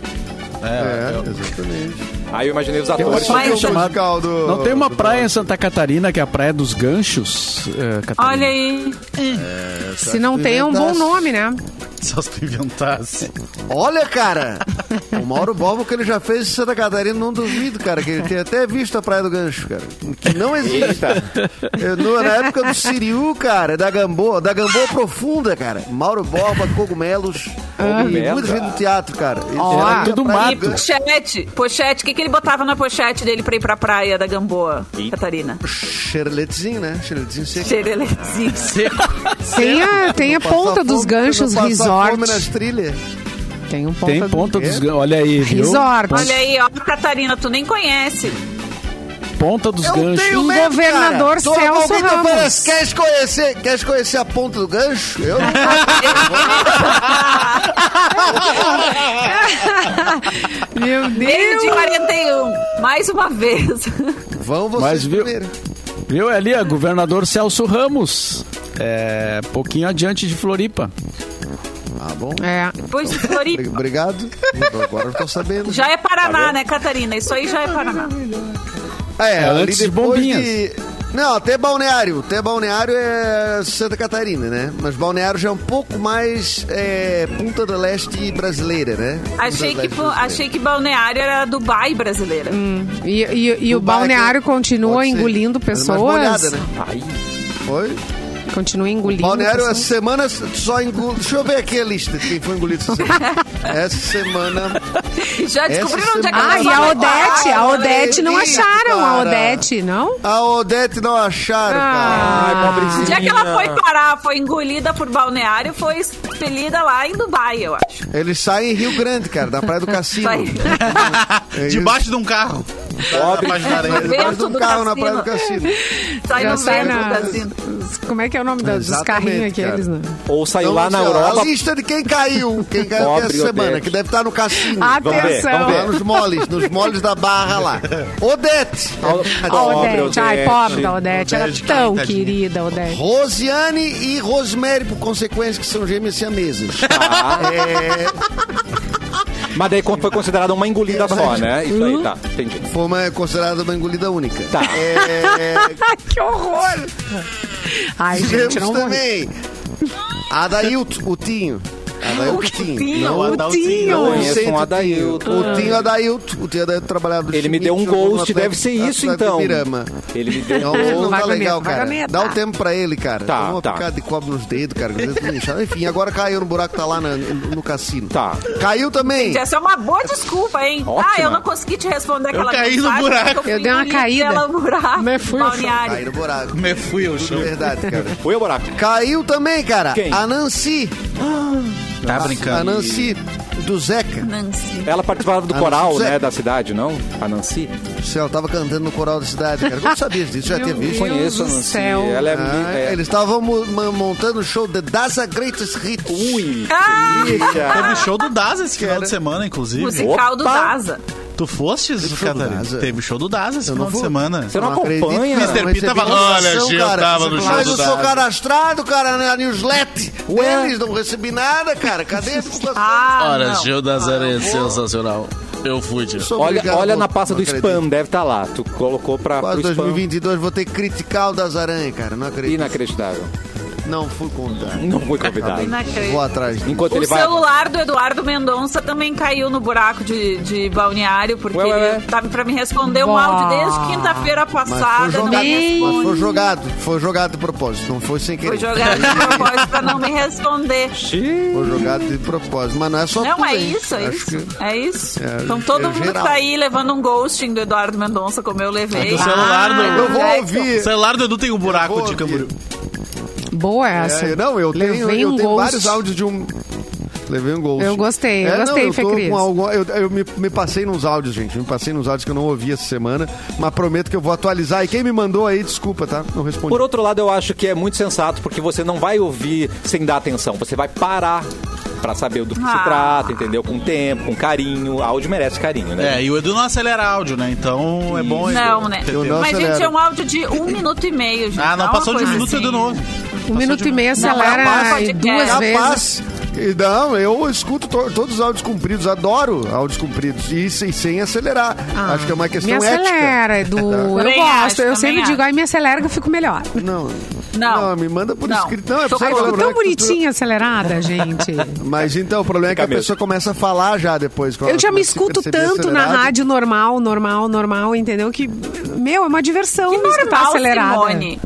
Speaker 6: É, exatamente.
Speaker 1: Aí eu imaginei os
Speaker 6: Eu
Speaker 1: atores.
Speaker 6: acho que é o
Speaker 4: Mas-
Speaker 6: musical do...
Speaker 5: Não tem uma
Speaker 6: do-
Speaker 5: praia em Santa Catarina que é a Praia dos Ganchos? é, Catarina?
Speaker 4: Olha aí.
Speaker 2: Se não tem, é um
Speaker 6: tá
Speaker 2: bom nome, né?
Speaker 3: Só se tu inventasse.
Speaker 6: Olha, cara! O Mauro Bobo que ele já fez em Santa Catarina, não duvido, cara, que ele tem até visto a Praia do Gancho, cara. Que não existe. Eu, no- na época do Siriu, cara, é da Gamboa, da Gamboa Profunda, cara. Mauro Borba, cogumelos, e
Speaker 1: Cogumelos,
Speaker 6: muita
Speaker 4: ah.
Speaker 6: gente no teatro, cara. Ele
Speaker 2: Ó,
Speaker 6: era
Speaker 5: tudo
Speaker 6: a Praia
Speaker 5: mato.
Speaker 6: do Gancho.
Speaker 4: Pochete, pochete, o que, que ele botava na pochete dele pra ir pra praia da Gamboa, Catarina?
Speaker 6: Xerletezinho, né? Xerletezinho seco.
Speaker 4: Xerelezinho.
Speaker 2: Tem a, Ah, tem a
Speaker 6: Passar
Speaker 2: ponta
Speaker 6: fome, né?
Speaker 2: dos ganchos
Speaker 6: não passar
Speaker 2: resort.
Speaker 6: fome nas trilhas.
Speaker 2: Tem um ponta
Speaker 5: Tem
Speaker 2: do-
Speaker 5: ponta dos ganchos. Olha aí, viu?
Speaker 2: Resort.
Speaker 4: Olha aí, ó, Catarina, tu nem conhece.
Speaker 5: Ponta dos ganchos.
Speaker 2: O
Speaker 4: um.
Speaker 2: governador
Speaker 6: Tô-
Speaker 2: Celso
Speaker 6: alguém tá
Speaker 2: Ramos.
Speaker 6: falando, Queres conhecer, queres conhecer a ponta do gancho? Eu não
Speaker 2: Meu
Speaker 4: Ele de
Speaker 2: Deus!
Speaker 4: 41, mais uma vez.
Speaker 6: Vão vocês
Speaker 5: Mas viu-
Speaker 6: primeiro.
Speaker 5: Viu ali, ó, governador Celso Ramos. É, pouquinho adiante de Floripa.
Speaker 6: Ah, bom.
Speaker 2: É.
Speaker 4: Depois de Floripa.
Speaker 6: Obrigado. Agora eu tô sabendo.
Speaker 4: Já é Paraná, né, Catarina? Isso aí já é Paraná.
Speaker 6: É, ali
Speaker 5: antes de
Speaker 6: depois
Speaker 5: Bombinhas.
Speaker 6: Não, até Balneário. Até Balneário é Santa Catarina, né? Mas Balneário já é um pouco mais é, Punta do Leste brasileira, né? Punta
Speaker 4: Achei
Speaker 6: do
Speaker 4: que,
Speaker 6: Leste
Speaker 4: pô,
Speaker 6: brasileira.
Speaker 4: achei que balneário era Dubai brasileira.
Speaker 2: Hum. E, e- e o
Speaker 6: Dubai
Speaker 2: balneário
Speaker 6: aqui-
Speaker 2: continua
Speaker 6: pode ser.
Speaker 2: engolindo
Speaker 6: Mas é
Speaker 2: pessoas.
Speaker 6: mais molhada, né? Foi?
Speaker 2: Continua engolindo.
Speaker 6: Balneário, é essa
Speaker 2: pessoas.
Speaker 6: semana só engoliu. Deixa eu ver aqui a lista de quem foi engolido essa semana. essa semana.
Speaker 4: Já descobriram
Speaker 6: Essa
Speaker 4: onde é que
Speaker 2: Ah,
Speaker 4: ela
Speaker 2: e a
Speaker 4: mora?
Speaker 2: Odete, a
Speaker 6: Ah,
Speaker 2: Odete não
Speaker 6: Odete,
Speaker 2: acharam a
Speaker 6: cara.
Speaker 2: Odete, não?
Speaker 6: A Odete não acharam,
Speaker 2: Ah.
Speaker 6: cara.
Speaker 1: Ai, pobrezinha.
Speaker 4: Onde é que ela foi parar? Foi engolida por balneário e foi expelida lá em Dubai, eu acho.
Speaker 6: Eles saem em Rio Grande, cara, da Praia do Cassino.
Speaker 4: Sai.
Speaker 6: É isso.
Speaker 3: Debaixo de um carro.
Speaker 1: Pobre.
Speaker 3: Na página da
Speaker 6: Mas
Speaker 3: areia.
Speaker 6: depois de
Speaker 4: Vento
Speaker 6: um
Speaker 4: do
Speaker 6: carro na Praia
Speaker 4: Cassino.
Speaker 6: do Cassino.
Speaker 4: Sai
Speaker 2: Já
Speaker 4: no
Speaker 2: sai
Speaker 4: vento do
Speaker 2: na-
Speaker 4: casino.
Speaker 2: Como é que é o nome da- dos
Speaker 6: Exatamente,
Speaker 2: carrinhos aqueles,
Speaker 6: cara.
Speaker 2: né?
Speaker 1: Ou saiu
Speaker 6: Então,
Speaker 1: lá na
Speaker 6: assim, ó,
Speaker 1: Europa.
Speaker 6: A lista de quem caiu. Quem caiu
Speaker 1: Pobre
Speaker 6: essa semana,
Speaker 1: Odete.
Speaker 6: que deve estar no cassino.
Speaker 1: Vamos ver,
Speaker 2: Atenção!
Speaker 1: vamos ver.
Speaker 6: Lá nos moles, nos moles da barra lá. Odete.
Speaker 2: A
Speaker 1: Pobre
Speaker 2: Odete, ai,
Speaker 1: Odete.
Speaker 2: pobre da Odete. Ela é
Speaker 3: Odete,
Speaker 2: tão
Speaker 3: tadinha.
Speaker 2: querida, Odete.
Speaker 6: Rosiane e Rosemary, por consequência, que são gêmeas siamesas. É...
Speaker 1: Tá. Mas daí foi considerada uma engolida só, né? Isso aí, tá. Entendi.
Speaker 6: Foi uma, é considerada uma engolida única.
Speaker 1: Tá.
Speaker 6: É,
Speaker 2: que horror! Ai,
Speaker 6: tivemos
Speaker 2: gente, não morre.
Speaker 6: também. Adailto, o Tinho. Adailto, o Tinho.
Speaker 4: Tinho,
Speaker 6: Não, é.
Speaker 4: o
Speaker 3: Adaltinho.
Speaker 2: Tinho.
Speaker 1: Conheço
Speaker 6: Conceito
Speaker 1: um Adailto.
Speaker 6: O Tinho é Adailto. O Tinho Adailto trabalhava do
Speaker 1: Ele me
Speaker 6: Schmidt,
Speaker 1: deu um
Speaker 6: jogou no
Speaker 1: ghost,
Speaker 6: Atlético-
Speaker 1: deve ser isso,
Speaker 6: Atlético
Speaker 1: então.
Speaker 6: Pirama.
Speaker 1: Ele me deu. um
Speaker 6: Não, não
Speaker 2: Vai
Speaker 6: tá
Speaker 2: com
Speaker 6: legal,
Speaker 2: medo, vai
Speaker 6: cara.
Speaker 2: com medo,
Speaker 6: Dá
Speaker 2: tá.
Speaker 6: o tempo pra ele, cara.
Speaker 1: Tá,
Speaker 6: Toma uma
Speaker 1: tá.
Speaker 6: picada de cobre nos dedos, cara. que às vezes não inchava. Enfim, agora caiu no buraco, tá lá na- no, no cassino.
Speaker 1: Tá.
Speaker 6: Caiu também.
Speaker 4: Gente, Essa é uma boa desculpa, hein?
Speaker 1: Ótima.
Speaker 4: Ah, eu não consegui te responder aquela
Speaker 3: caí no
Speaker 4: mensagem,
Speaker 3: buraco.
Speaker 4: porque
Speaker 2: Eu
Speaker 4: fui
Speaker 2: dei uma
Speaker 4: engolida
Speaker 2: caída.
Speaker 4: Pela buraco,
Speaker 2: Mas fui ao
Speaker 4: balneário.
Speaker 6: Caiu no buraco.
Speaker 3: Me fui ao
Speaker 6: Tudo
Speaker 3: chão.
Speaker 6: verdade, cara.
Speaker 1: Foi o buraco.
Speaker 6: Caiu também, cara.
Speaker 1: Quem?
Speaker 6: A Nancy.
Speaker 3: Tá
Speaker 6: A
Speaker 3: brincando.
Speaker 6: Nancy do Zeca.
Speaker 4: Nancy.
Speaker 1: Ela participava do
Speaker 6: A
Speaker 1: coral,
Speaker 6: Nancy.
Speaker 1: né, da cidade, não? A Nancy?
Speaker 6: Do céu, tava cantando no coral da cidade, cara. Como sabia disso? Já tinha visto?
Speaker 1: Conheço a
Speaker 2: do
Speaker 1: Nancy.
Speaker 2: céu.
Speaker 1: Ela é,
Speaker 6: Ah,
Speaker 1: é-
Speaker 6: Eles estavam mo- ma- montando o show de Daza Greatest Hits.
Speaker 1: Ui,
Speaker 4: Ah,
Speaker 1: que delícia.
Speaker 3: Teve show do Daza esse final de semana, inclusive.
Speaker 4: musical do
Speaker 1: Opa.
Speaker 4: Daza.
Speaker 3: Tu foste,
Speaker 6: show do
Speaker 3: Catarina?
Speaker 6: Daza?
Speaker 3: Teve show do Daza esse
Speaker 6: Eu
Speaker 3: final de
Speaker 6: não vou.
Speaker 3: semana.
Speaker 1: Você não acompanha?
Speaker 6: acredito,
Speaker 3: Mr.
Speaker 6: não
Speaker 3: P
Speaker 6: recebi
Speaker 3: tava lá, olha,
Speaker 6: informação,
Speaker 3: Gil,
Speaker 6: cara.
Speaker 3: tava no show
Speaker 6: Mas
Speaker 3: do
Speaker 6: eu sou
Speaker 3: Daza.
Speaker 6: cadastrado, cara, na newsletter.
Speaker 1: Ué?
Speaker 6: Eles não recebi nada, cara. Cadê a divulgação?
Speaker 4: Ah,
Speaker 5: Olha,
Speaker 4: não.
Speaker 5: Gil das Areias, é sensacional. Eu fui, tio.
Speaker 6: Sou
Speaker 1: Olha,
Speaker 6: obrigado,
Speaker 1: olha
Speaker 6: não-
Speaker 1: na pasta
Speaker 6: não
Speaker 1: do
Speaker 6: acredito.
Speaker 1: spam, deve estar lá. Tu colocou pra, pro
Speaker 6: Quase
Speaker 1: spam.
Speaker 6: 2022 vou ter que criticar o das aranhas, cara. Não acredito.
Speaker 1: Inacreditável.
Speaker 6: Não fui contar.
Speaker 1: Não fui convidado.
Speaker 4: Inacreditável.
Speaker 6: Vou atrás. disso.
Speaker 1: Enquanto ele
Speaker 4: O
Speaker 1: vai.
Speaker 4: celular do Eduardo Mendonça também caiu no buraco de, de balneário, porque
Speaker 1: Ué, ué, ué.
Speaker 4: ele tava pra me responder um
Speaker 2: Bah.
Speaker 4: áudio desde quinta-feira
Speaker 6: Mas foi
Speaker 4: passada. não
Speaker 6: jogado,
Speaker 4: me
Speaker 6: mas
Speaker 4: responde.
Speaker 6: foi jogado, foi jogado de propósito, não foi sem
Speaker 4: Foi
Speaker 6: querer.
Speaker 4: jogado de propósito pra não me responder.
Speaker 6: Foi jogado de propósito, mas não é só tu,
Speaker 4: Não, é
Speaker 6: hein?
Speaker 4: isso, é
Speaker 6: Acho
Speaker 4: isso.
Speaker 6: que-
Speaker 4: É isso.
Speaker 6: é-
Speaker 4: então todo
Speaker 6: é
Speaker 4: mundo
Speaker 6: geral.
Speaker 4: que tá aí levando um ghosting do Eduardo Mendonça, como eu levei.
Speaker 3: O celular do-
Speaker 6: Eu vou
Speaker 4: é,
Speaker 3: O
Speaker 6: ouvir.
Speaker 3: celular do Edu tem um buraco
Speaker 6: vou
Speaker 3: de Camboriú.
Speaker 2: Boa essa.
Speaker 6: É, não, eu tenho,
Speaker 2: Levei
Speaker 6: eu
Speaker 2: um
Speaker 6: tenho
Speaker 2: ghost.
Speaker 6: vários áudios de um. Levei um ghost.
Speaker 2: Eu gostei, eu
Speaker 6: não,
Speaker 2: gostei, Fê
Speaker 6: eu, tô
Speaker 2: Cris.
Speaker 6: com algum- eu, eu me, me passei nos áudios, gente. Me passei nos áudios que eu não ouvi essa semana, mas prometo que eu vou atualizar. E quem me mandou aí, desculpa, tá? Não respondi.
Speaker 1: Por outro lado, eu acho que é muito sensato, porque você não vai ouvir sem dar atenção. Você vai parar pra saber do que se
Speaker 4: Ah.
Speaker 1: trata, entendeu? Com tempo, com carinho. Áudio merece carinho, né?
Speaker 3: É, e o Edu não acelera áudio, né? Então é bom. Edu.
Speaker 4: Não, né?
Speaker 6: Eu não
Speaker 4: Mas, gente,
Speaker 6: acelero.
Speaker 4: é um áudio de um minuto e meio, gente.
Speaker 3: Ah, não,
Speaker 4: é uma
Speaker 3: passou de um
Speaker 4: coisa
Speaker 3: minuto,
Speaker 4: assim.
Speaker 3: Edu não ouve.
Speaker 2: Um minuto e meio
Speaker 4: Não, é um
Speaker 2: acelera
Speaker 4: podcast.
Speaker 2: e duas vezes.
Speaker 6: Capaz. E Não, eu escuto to- todos os áudios compridos, adoro áudios compridos. E sem, sem acelerar. Acho que é uma questão
Speaker 2: Ah, me
Speaker 6: ética.
Speaker 2: acelera, Edu. Eu
Speaker 4: Também
Speaker 2: gosto.
Speaker 4: acho,
Speaker 2: Eu
Speaker 4: também
Speaker 2: sempre
Speaker 4: acho.
Speaker 2: digo, ai, me acelera que eu fico melhor.
Speaker 6: Não.
Speaker 4: Não.
Speaker 6: me manda por
Speaker 4: Não.
Speaker 6: escrito. Não, é pra
Speaker 4: Socorro.
Speaker 6: você
Speaker 2: Eu fico
Speaker 6: lembrar
Speaker 2: tão
Speaker 6: que tu-
Speaker 2: bonitinha acelerada, gente.
Speaker 6: Mas então, o problema é que
Speaker 1: Fica
Speaker 6: a pessoa começa a falar já depois. quando
Speaker 2: Eu
Speaker 6: ela
Speaker 3: é
Speaker 2: já me
Speaker 6: começa a se
Speaker 2: escuto
Speaker 6: perceber
Speaker 2: tanto na
Speaker 6: acelerada.
Speaker 2: rádio normal, normal, normal, entendeu? Que, meu, é uma diversão me escutar
Speaker 4: Normal,
Speaker 2: acelerada.
Speaker 4: Simone.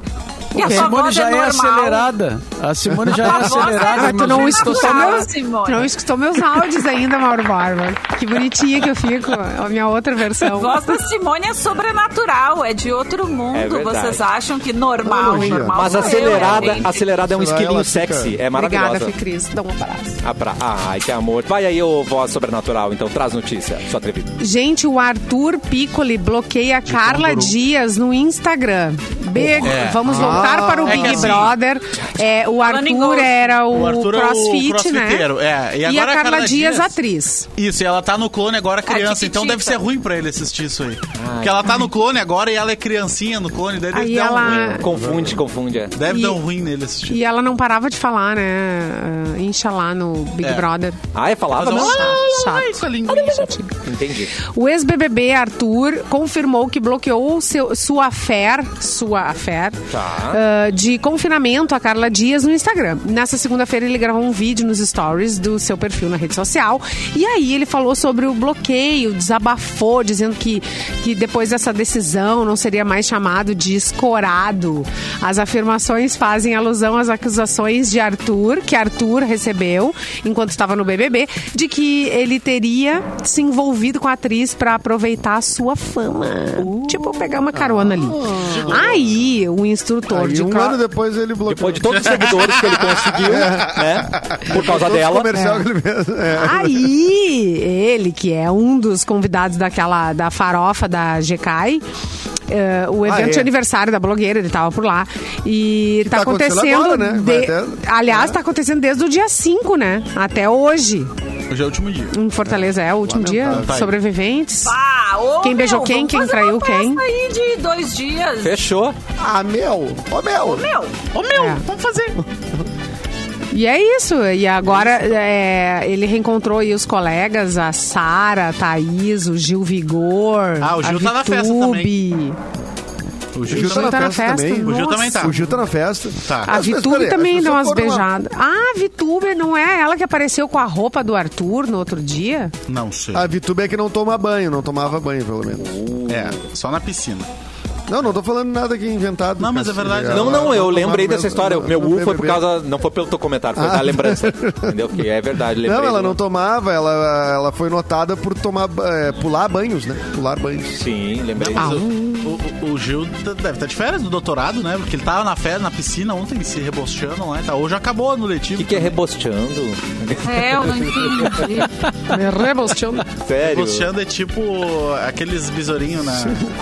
Speaker 4: E
Speaker 5: A
Speaker 4: a sua
Speaker 5: Simone
Speaker 4: voz
Speaker 5: já é,
Speaker 4: normal.
Speaker 5: acelerada. A Simone já
Speaker 4: A
Speaker 5: é
Speaker 4: voz é
Speaker 5: acelerada.
Speaker 2: Ah, tu
Speaker 5: mas
Speaker 2: não
Speaker 5: eu
Speaker 4: escutou
Speaker 2: escutou,
Speaker 4: natural,
Speaker 2: meus,
Speaker 4: Simone.
Speaker 2: tu não escutou meus áudios ainda, Mauro Barba. Que bonitinha que eu fico, a minha outra
Speaker 4: A
Speaker 2: versão.
Speaker 4: voz da Simone é sobrenatural, é de outro
Speaker 1: É
Speaker 4: mundo.
Speaker 1: verdade.
Speaker 4: Vocês acham que normal,
Speaker 6: Elogio.
Speaker 4: normal.
Speaker 1: Mas
Speaker 4: sou eu,
Speaker 1: acelerada,
Speaker 4: é,
Speaker 2: né?
Speaker 4: gente.
Speaker 1: acelerada é um
Speaker 6: Ela
Speaker 1: esquilinho
Speaker 6: fica-
Speaker 1: sexy. É
Speaker 2: Obrigada, Fê
Speaker 1: maravilhosa.
Speaker 2: Cris. Dá um abraço.
Speaker 1: Ah, pra... Ai, que amor. Vai aí, ô voz sobrenatural, então traz notícia. Só atrevido.
Speaker 2: Gente, o Arthur Piccoli bloqueia a Carla Dias no Instagram. Beijo.
Speaker 5: É.
Speaker 2: Vamos voltar
Speaker 6: Ah.
Speaker 2: para o
Speaker 3: É que
Speaker 2: Big
Speaker 3: assim-
Speaker 2: Brother. É, o
Speaker 4: Falando em
Speaker 2: Arthur
Speaker 4: gols.
Speaker 2: era o,
Speaker 3: O Arthur é o
Speaker 2: crossfit,
Speaker 3: crossfiteiro,
Speaker 2: né?
Speaker 3: é. E
Speaker 2: E, a
Speaker 3: agora
Speaker 2: Carla, Dias, atriz.
Speaker 3: Isso, e ela tá no clone agora criança, então
Speaker 4: Tiquitita.
Speaker 3: deve ser ruim pra ele assistir isso aí. Porque ela tá no clone agora e ela é criancinha no clone, daí
Speaker 2: Aí
Speaker 3: deve dar um ruim.
Speaker 2: ela.
Speaker 1: Confunde, confunde. É.
Speaker 3: Deve
Speaker 2: E-
Speaker 3: dar um ruim nele assistir.
Speaker 2: E ela não parava de falar, né? ah, Inxalá no Big
Speaker 3: É.
Speaker 2: Brother.
Speaker 1: Ah, é falava?
Speaker 3: Mas
Speaker 1: mesmo?
Speaker 3: ela-
Speaker 2: Chato.
Speaker 3: Ai, com a linguinha chatinha.
Speaker 1: Entendi.
Speaker 2: O ex-BBB Arthur confirmou que bloqueou o seu, sua fé, sua fé,
Speaker 1: Tá.
Speaker 2: ah, de confinamento a Carla Dias no Instagram. Nessa segunda-feira ele gravou um vídeo nos stories do seu perfil na rede social e aí ele falou sobre o bloqueio, desabafou, dizendo que, que depois dessa decisão não seria mais chamado de escorado. As afirmações fazem alusão às acusações de Arthur, que Arthur recebeu enquanto estava no BBB, de que ele teria se envolvido com a atriz para aproveitar a sua fama. tipo, pegar uma carona ali. Aí, o instrutor
Speaker 6: Aí
Speaker 2: de
Speaker 6: um
Speaker 2: cro-
Speaker 6: ano depois ele bloqueou.
Speaker 1: Depois de todos os seguidores que ele conseguiu, né? Por causa
Speaker 6: Todo
Speaker 1: dela.
Speaker 6: comercial que ele fez. É.
Speaker 2: Aí, ele, que é um dos convidados daquela da farofa da GKI, eh, o evento
Speaker 6: é.
Speaker 2: de aniversário da blogueira, ele tava por lá. E tá,
Speaker 6: tá acontecendo
Speaker 2: acontecendo.
Speaker 6: agora, né? Vai
Speaker 2: de-
Speaker 6: até-
Speaker 2: Aliás, tá acontecendo desde o dia 5, né? Até hoje.
Speaker 3: Hoje é o último dia.
Speaker 2: Em Fortaleza é o último dia.
Speaker 6: Lamentável.
Speaker 3: Tá aí.
Speaker 2: sobreviventes.
Speaker 4: Ah, ô,
Speaker 2: Quem
Speaker 4: meu,
Speaker 2: beijou quem,
Speaker 4: vamos
Speaker 2: quem
Speaker 4: fazer
Speaker 2: traiu
Speaker 4: uma festa
Speaker 2: quem.
Speaker 4: aí de dois dias.
Speaker 1: Fechou.
Speaker 6: Ah, meu! Ô, meu!
Speaker 4: Meu,
Speaker 2: É.
Speaker 3: Vamos fazer.
Speaker 2: E é isso. E agora é, ele reencontrou aí os colegas, a Sara, a Thaís, o Gil Vigor.
Speaker 3: Ah, o Gil
Speaker 2: a
Speaker 3: tá na festa
Speaker 2: Vitube.
Speaker 3: O
Speaker 6: O Gil
Speaker 3: Gil
Speaker 2: Gil
Speaker 6: tá
Speaker 2: tá
Speaker 6: na
Speaker 2: na
Speaker 6: festa também.
Speaker 2: festa,
Speaker 3: O Gil também
Speaker 2: nossa.
Speaker 3: tá.
Speaker 6: O Gil tá na festa.
Speaker 3: Tá.
Speaker 2: A
Speaker 6: Mas,
Speaker 2: Vitube
Speaker 6: peraí,
Speaker 2: também
Speaker 6: as
Speaker 2: deu
Speaker 6: pessoas
Speaker 2: umas
Speaker 6: foram lá-
Speaker 2: beijadas. Ah, a Vitube não é ela que apareceu com a roupa do Arthur no outro dia?
Speaker 3: Não sei.
Speaker 6: A Vitube é que não toma banho, não tomava banho, pelo menos.
Speaker 3: É, só na piscina.
Speaker 6: Não, não tô falando nada aqui inventado.
Speaker 3: Não, mas
Speaker 6: Cássio.
Speaker 3: é verdade.
Speaker 6: Ela-
Speaker 1: Não, não,
Speaker 6: ela
Speaker 1: eu
Speaker 6: tomava
Speaker 1: lembrei
Speaker 6: mesmo-
Speaker 1: dessa história.
Speaker 6: ela-
Speaker 1: Meu
Speaker 6: ela
Speaker 1: U foi por
Speaker 6: bebê.
Speaker 1: causa. Não foi pelo teu comentário, foi da lembrança. Entendeu? Porque é verdade, lembrei.
Speaker 6: Ah. Não, ela não
Speaker 1: do-
Speaker 6: tomava, ela, ela foi notada por tomar, ba- é, pular banhos, né? Pular banhos.
Speaker 1: Sim, lembrei.
Speaker 3: Mas
Speaker 1: disso.
Speaker 3: o, o- o Gil tá- deve estar de férias do doutorado, né? Porque ele tava na festa, na piscina ontem, se rebosteando lá e tal. Hoje acabou no
Speaker 1: O
Speaker 3: letivo.
Speaker 1: que, que é rebosteando?
Speaker 4: É, eu não entendi.
Speaker 2: Me rebostou.
Speaker 1: Sério?
Speaker 3: Rebosteando é tipo aqueles besourinhos na,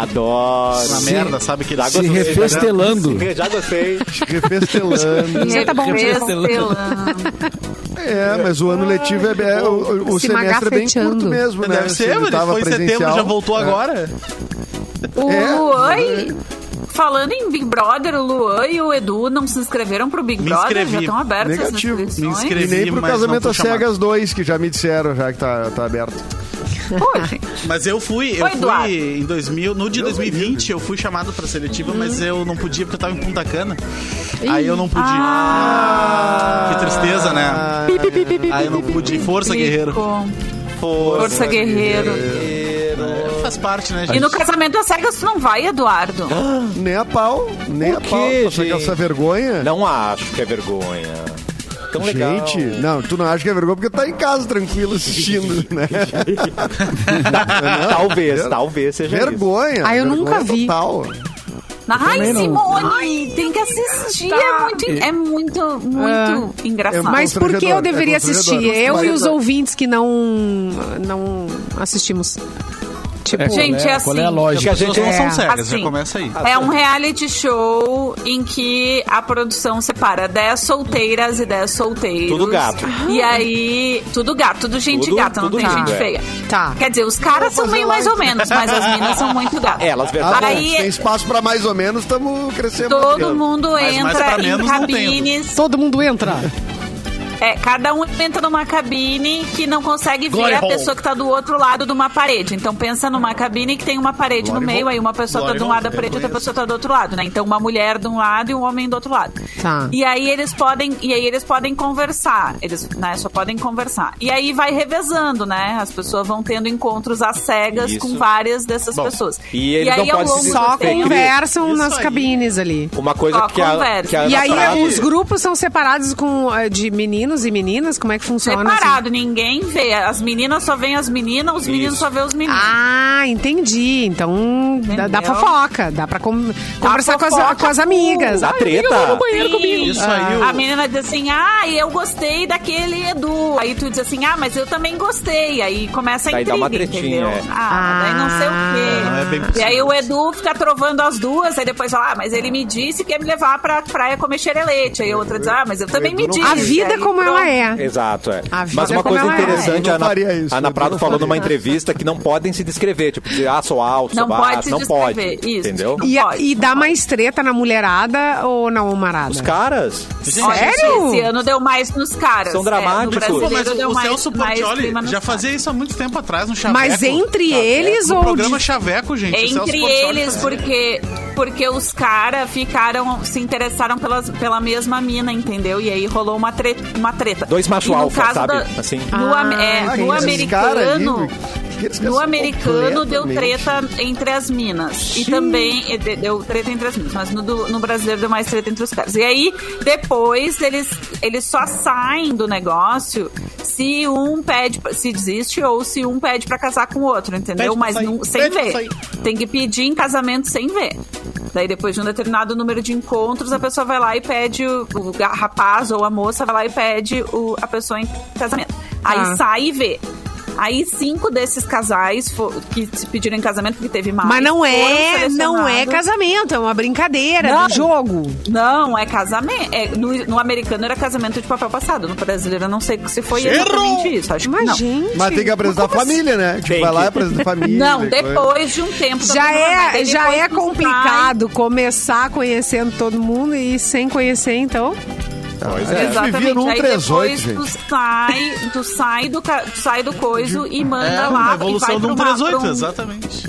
Speaker 1: Adoro.
Speaker 3: na
Speaker 5: Se-
Speaker 3: merda, sabe? Que
Speaker 1: Já
Speaker 5: Se
Speaker 1: gostei, né?
Speaker 5: refestelando.
Speaker 1: Já, já gostei.
Speaker 6: Refestelando.
Speaker 2: Você tá bom,
Speaker 6: é, mas o ano letivo é. bem- é, o o
Speaker 2: Se
Speaker 6: semestre é bem
Speaker 2: magafeteando.
Speaker 6: curto mesmo, né?
Speaker 3: Deve ser,
Speaker 6: ele
Speaker 3: mas ele
Speaker 6: tava
Speaker 3: foi em setembro,
Speaker 6: presencial.
Speaker 3: já voltou
Speaker 6: É.
Speaker 3: agora.
Speaker 4: O
Speaker 6: É.
Speaker 4: Luan, e- falando em Big Brother, o Luan e o Edu não se inscreveram pro Big
Speaker 3: Me
Speaker 4: Brother?
Speaker 3: inscrevi.
Speaker 4: Já estão abertas
Speaker 6: Negativo.
Speaker 4: as inscrições?
Speaker 3: Me inscrevi.
Speaker 6: E nem
Speaker 3: mas
Speaker 6: pro
Speaker 3: não
Speaker 6: casamento
Speaker 3: fui
Speaker 6: às
Speaker 3: chamado.
Speaker 6: cegas 2, que já me disseram, já que tá, tá aberto.
Speaker 4: Pô, gente.
Speaker 3: Mas eu fui, eu
Speaker 4: Oi, Eduardo.
Speaker 3: fui em 2000, no de 2020 eu fui chamado pra seletiva,
Speaker 1: Hum.
Speaker 3: mas eu não podia porque eu tava em Punta Cana. Aí eu não pude.
Speaker 1: Ah.
Speaker 3: Que tristeza, né?
Speaker 6: Ah,
Speaker 3: Aí eu não pude. Força, guerreiro.
Speaker 4: Ficou.
Speaker 1: Força,
Speaker 4: Força, guerreiro.
Speaker 3: Faz parte, né,
Speaker 4: E
Speaker 3: gente?
Speaker 4: no casamento às cegas tu não vai, Eduardo?
Speaker 6: nem a pau, nem
Speaker 1: Por
Speaker 6: a pau.
Speaker 1: quê,
Speaker 6: Tá só que
Speaker 1: gente?
Speaker 6: essa vergonha.
Speaker 1: Não acho que é vergonha. Tão legal.
Speaker 6: Gente, não, tu não acha que é vergonha porque tá em casa tranquilo assistindo, né?
Speaker 1: talvez, talvez seja isso.
Speaker 6: vergonha.
Speaker 2: Ah, eu nunca
Speaker 6: vergonha
Speaker 2: vi.
Speaker 6: Total.
Speaker 4: Ai,
Speaker 5: também não.
Speaker 4: Simone, tem que assistir. É muito, é muito, muito engraçado.
Speaker 6: É
Speaker 2: Mas por que
Speaker 6: Constrangedor,
Speaker 2: eu
Speaker 6: é
Speaker 2: deveria assistir?
Speaker 6: constrangedor.
Speaker 2: Eu e os
Speaker 6: Constrangedor.
Speaker 2: ouvintes que não, não assistimos. Tipo,
Speaker 5: É, qual
Speaker 4: Gente,
Speaker 5: é,
Speaker 4: é
Speaker 5: Qual é a
Speaker 4: assim.
Speaker 1: Porque
Speaker 5: lógica?
Speaker 1: a gente
Speaker 3: Não
Speaker 2: é,
Speaker 3: são cegas, já
Speaker 4: assim.
Speaker 3: começa aí.
Speaker 4: É um reality show em que a produção separa 10 solteiras e 10 solteiros.
Speaker 1: Tudo gato.
Speaker 4: E aí, tudo gato, tudo gente
Speaker 1: Tudo-
Speaker 4: gata, não
Speaker 1: tudo
Speaker 4: tem
Speaker 1: lindo,
Speaker 4: gente
Speaker 1: é.
Speaker 4: feia.
Speaker 2: Tá.
Speaker 4: Quer dizer, os caras são meio mais ou menos, mas as minas são muito gatas.
Speaker 1: É, elas
Speaker 6: Ah, bom, se tem
Speaker 4: Aí
Speaker 6: espaço pra mais ou menos, estamos crescendo.
Speaker 4: todo mundo
Speaker 3: Mas mais pra
Speaker 4: entra em
Speaker 3: menos não tem.
Speaker 4: cabines.
Speaker 2: Todo mundo entra.
Speaker 4: É, cada um entra numa cabine que não consegue ver
Speaker 3: Glory
Speaker 4: a
Speaker 3: hole.
Speaker 4: pessoa que tá do outro lado de uma parede. Então pensa numa cabine que tem uma parede
Speaker 6: Glory
Speaker 4: no meio,
Speaker 6: hole.
Speaker 4: aí uma pessoa
Speaker 3: Glory
Speaker 4: tá de um
Speaker 3: hole,
Speaker 4: lado da
Speaker 3: eu
Speaker 4: parede, outra
Speaker 3: conheço.
Speaker 4: pessoa tá do outro lado, né? Então uma mulher de um lado e um homem do outro lado.
Speaker 2: Tá.
Speaker 4: E aí eles podem, e aí eles podem conversar. Eles, né, só podem conversar. E aí vai revezando, né? As pessoas vão tendo encontros às cegas
Speaker 1: Isso.
Speaker 4: com várias dessas pessoas.
Speaker 1: e eles não
Speaker 4: aí ao
Speaker 1: podem
Speaker 4: longo
Speaker 1: se
Speaker 2: Só
Speaker 4: do tempo-
Speaker 1: despegar.
Speaker 2: conversam
Speaker 3: Isso
Speaker 2: nas
Speaker 3: aí.
Speaker 2: cabines ali.
Speaker 1: Uma coisa
Speaker 4: Ó,
Speaker 1: que a,
Speaker 4: conversa.
Speaker 1: que a
Speaker 2: E
Speaker 1: Ana
Speaker 2: aí é
Speaker 1: Prade-
Speaker 2: os grupos são separados com eh, de meninos e meninas? Como é que funciona? assim?
Speaker 4: Separado, ninguém vê. As meninas só veem as meninas, os meninos
Speaker 1: Isso.
Speaker 4: só vê os meninos.
Speaker 2: Ah, entendi. Então dá, dá
Speaker 4: Entendeu?
Speaker 2: fofoca, dá pra com- conversar com as,
Speaker 4: fofoca
Speaker 2: com as amigas.
Speaker 1: Dá
Speaker 2: Ah,
Speaker 1: treta.
Speaker 2: amiga, vai no banheiro
Speaker 4: Sim.
Speaker 2: comigo.
Speaker 3: Isso aí,
Speaker 4: A
Speaker 3: o,
Speaker 4: menina diz assim, ah, eu gostei daquele Edu. Aí tu diz assim, ah, mas eu também gostei. Aí começa a
Speaker 1: Daí dá
Speaker 4: intriga,
Speaker 1: uma tretinha,
Speaker 4: entendeu?
Speaker 1: é.
Speaker 4: Ah, daí não sei o quê.
Speaker 3: Não é bem possível.
Speaker 4: e aí o Edu fica trovando as duas, aí depois fala, ah, mas ele me disse que ia me levar pra praia comer xerelete. Aí a outra diz, ah, mas eu também
Speaker 6: Edu
Speaker 4: me
Speaker 6: não-
Speaker 4: disse.
Speaker 2: A vida
Speaker 4: Aí,
Speaker 2: como ela
Speaker 4: pronto.
Speaker 2: é.
Speaker 1: Exato, é.
Speaker 2: A vida
Speaker 1: Mas uma
Speaker 2: como
Speaker 1: coisa
Speaker 2: ela é.
Speaker 1: interessante,
Speaker 6: Eu
Speaker 1: a Ana,
Speaker 6: não faria isso,
Speaker 1: a Ana
Speaker 6: eu
Speaker 1: Prado
Speaker 6: não
Speaker 1: falou
Speaker 6: faria.
Speaker 1: numa entrevista que não podem se descrever, tipo, dizer, ah, sou alto, sou
Speaker 4: Não
Speaker 1: baixo,
Speaker 4: pode se
Speaker 1: não pode,
Speaker 4: descrever, isso.
Speaker 1: entendeu?
Speaker 2: E,
Speaker 4: Pode.
Speaker 2: e dá mais treta na mulherada ou na homarada?
Speaker 1: Os caras,
Speaker 4: Olha,
Speaker 2: Sério?
Speaker 4: Esse ano deu mais nos caras.
Speaker 1: São
Speaker 4: É, no
Speaker 1: dramáticos.
Speaker 4: brasileiro
Speaker 3: Pô, mas
Speaker 4: deu
Speaker 3: o
Speaker 4: mais-
Speaker 3: Celso
Speaker 4: mais
Speaker 3: Portioli
Speaker 4: clima nos
Speaker 3: já
Speaker 4: caras.
Speaker 3: fazia isso há muito tempo atrás no
Speaker 4: tá
Speaker 3: Chaveco.
Speaker 2: Mas entre eles
Speaker 3: No
Speaker 2: ou
Speaker 3: programa
Speaker 2: de-
Speaker 3: Chaveco, gente. o Celso
Speaker 4: Entre
Speaker 3: Portiolli
Speaker 4: eles,
Speaker 3: fazia.
Speaker 4: porque, porque os caras ficaram, se interessaram pelas, pela mesma mina, entendeu? E aí rolou uma treta. Uma treta.
Speaker 1: Dois macho
Speaker 4: E no
Speaker 1: alfa,
Speaker 4: caso
Speaker 1: sabe?
Speaker 4: da-
Speaker 1: Assim.
Speaker 4: No, am- é,
Speaker 6: Ah,
Speaker 4: no
Speaker 6: esses caras ali,
Speaker 4: americano.
Speaker 6: que eles
Speaker 4: No
Speaker 6: são
Speaker 4: americano deu
Speaker 6: completamente-
Speaker 4: treta entre as minas. E também e de- deu treta entre as minas. Mas no, do- no brasileiro deu mais treta entre os caras. E aí, depois, eles, eles só saem do negócio se um pede, pra- se desiste ou se um pede pra casar com o outro, entendeu?
Speaker 3: Pede pra
Speaker 4: Mas
Speaker 3: sair.
Speaker 4: não- sem
Speaker 3: Pede pra
Speaker 4: ver.
Speaker 3: sair.
Speaker 4: Tem que pedir em casamento sem ver. Daí, depois de um determinado número de encontros, a pessoa vai lá e pede, o, o ga- rapaz ou a moça vai lá e pede o- a pessoa em casamento. Aí
Speaker 2: Tá.
Speaker 4: sai e vê. Aí cinco desses casais fo- que se pediram em casamento, porque teve mais.
Speaker 2: Mas não é,
Speaker 4: foram
Speaker 2: não é
Speaker 4: selecionados.
Speaker 2: casamento, é uma brincadeira, é um
Speaker 4: Não.
Speaker 2: jogo.
Speaker 4: Não, é casamento. É, no, no americano era casamento de papel passado. No brasileiro eu não sei se foi
Speaker 3: Erro!
Speaker 4: exatamente isso. Acho que
Speaker 2: Mas, assim?
Speaker 4: não.
Speaker 2: gente.
Speaker 6: Mas tem que apresentar a família, né? Tipo,
Speaker 1: Tem
Speaker 6: vai
Speaker 1: que.
Speaker 6: lá e apresenta a família.
Speaker 4: assim? Não,
Speaker 6: coisa.
Speaker 4: depois de um tempo.
Speaker 2: Já
Speaker 4: também, mas
Speaker 2: é,
Speaker 4: aí
Speaker 2: já
Speaker 4: depois
Speaker 2: é
Speaker 4: tu sai.
Speaker 2: complicado começar conhecendo todo mundo e sem conhecer, então.
Speaker 1: Pois é.
Speaker 6: A gente vivia num
Speaker 4: Aí
Speaker 6: 38,
Speaker 4: depois tu
Speaker 6: gente.
Speaker 4: sai, tu sai do, ca- tu sai do coiso e manda
Speaker 3: É,
Speaker 4: lá.
Speaker 3: uma
Speaker 4: e vai
Speaker 3: evolução
Speaker 4: pra
Speaker 3: do
Speaker 4: uma-
Speaker 3: 138,
Speaker 4: pra um-
Speaker 3: exatamente.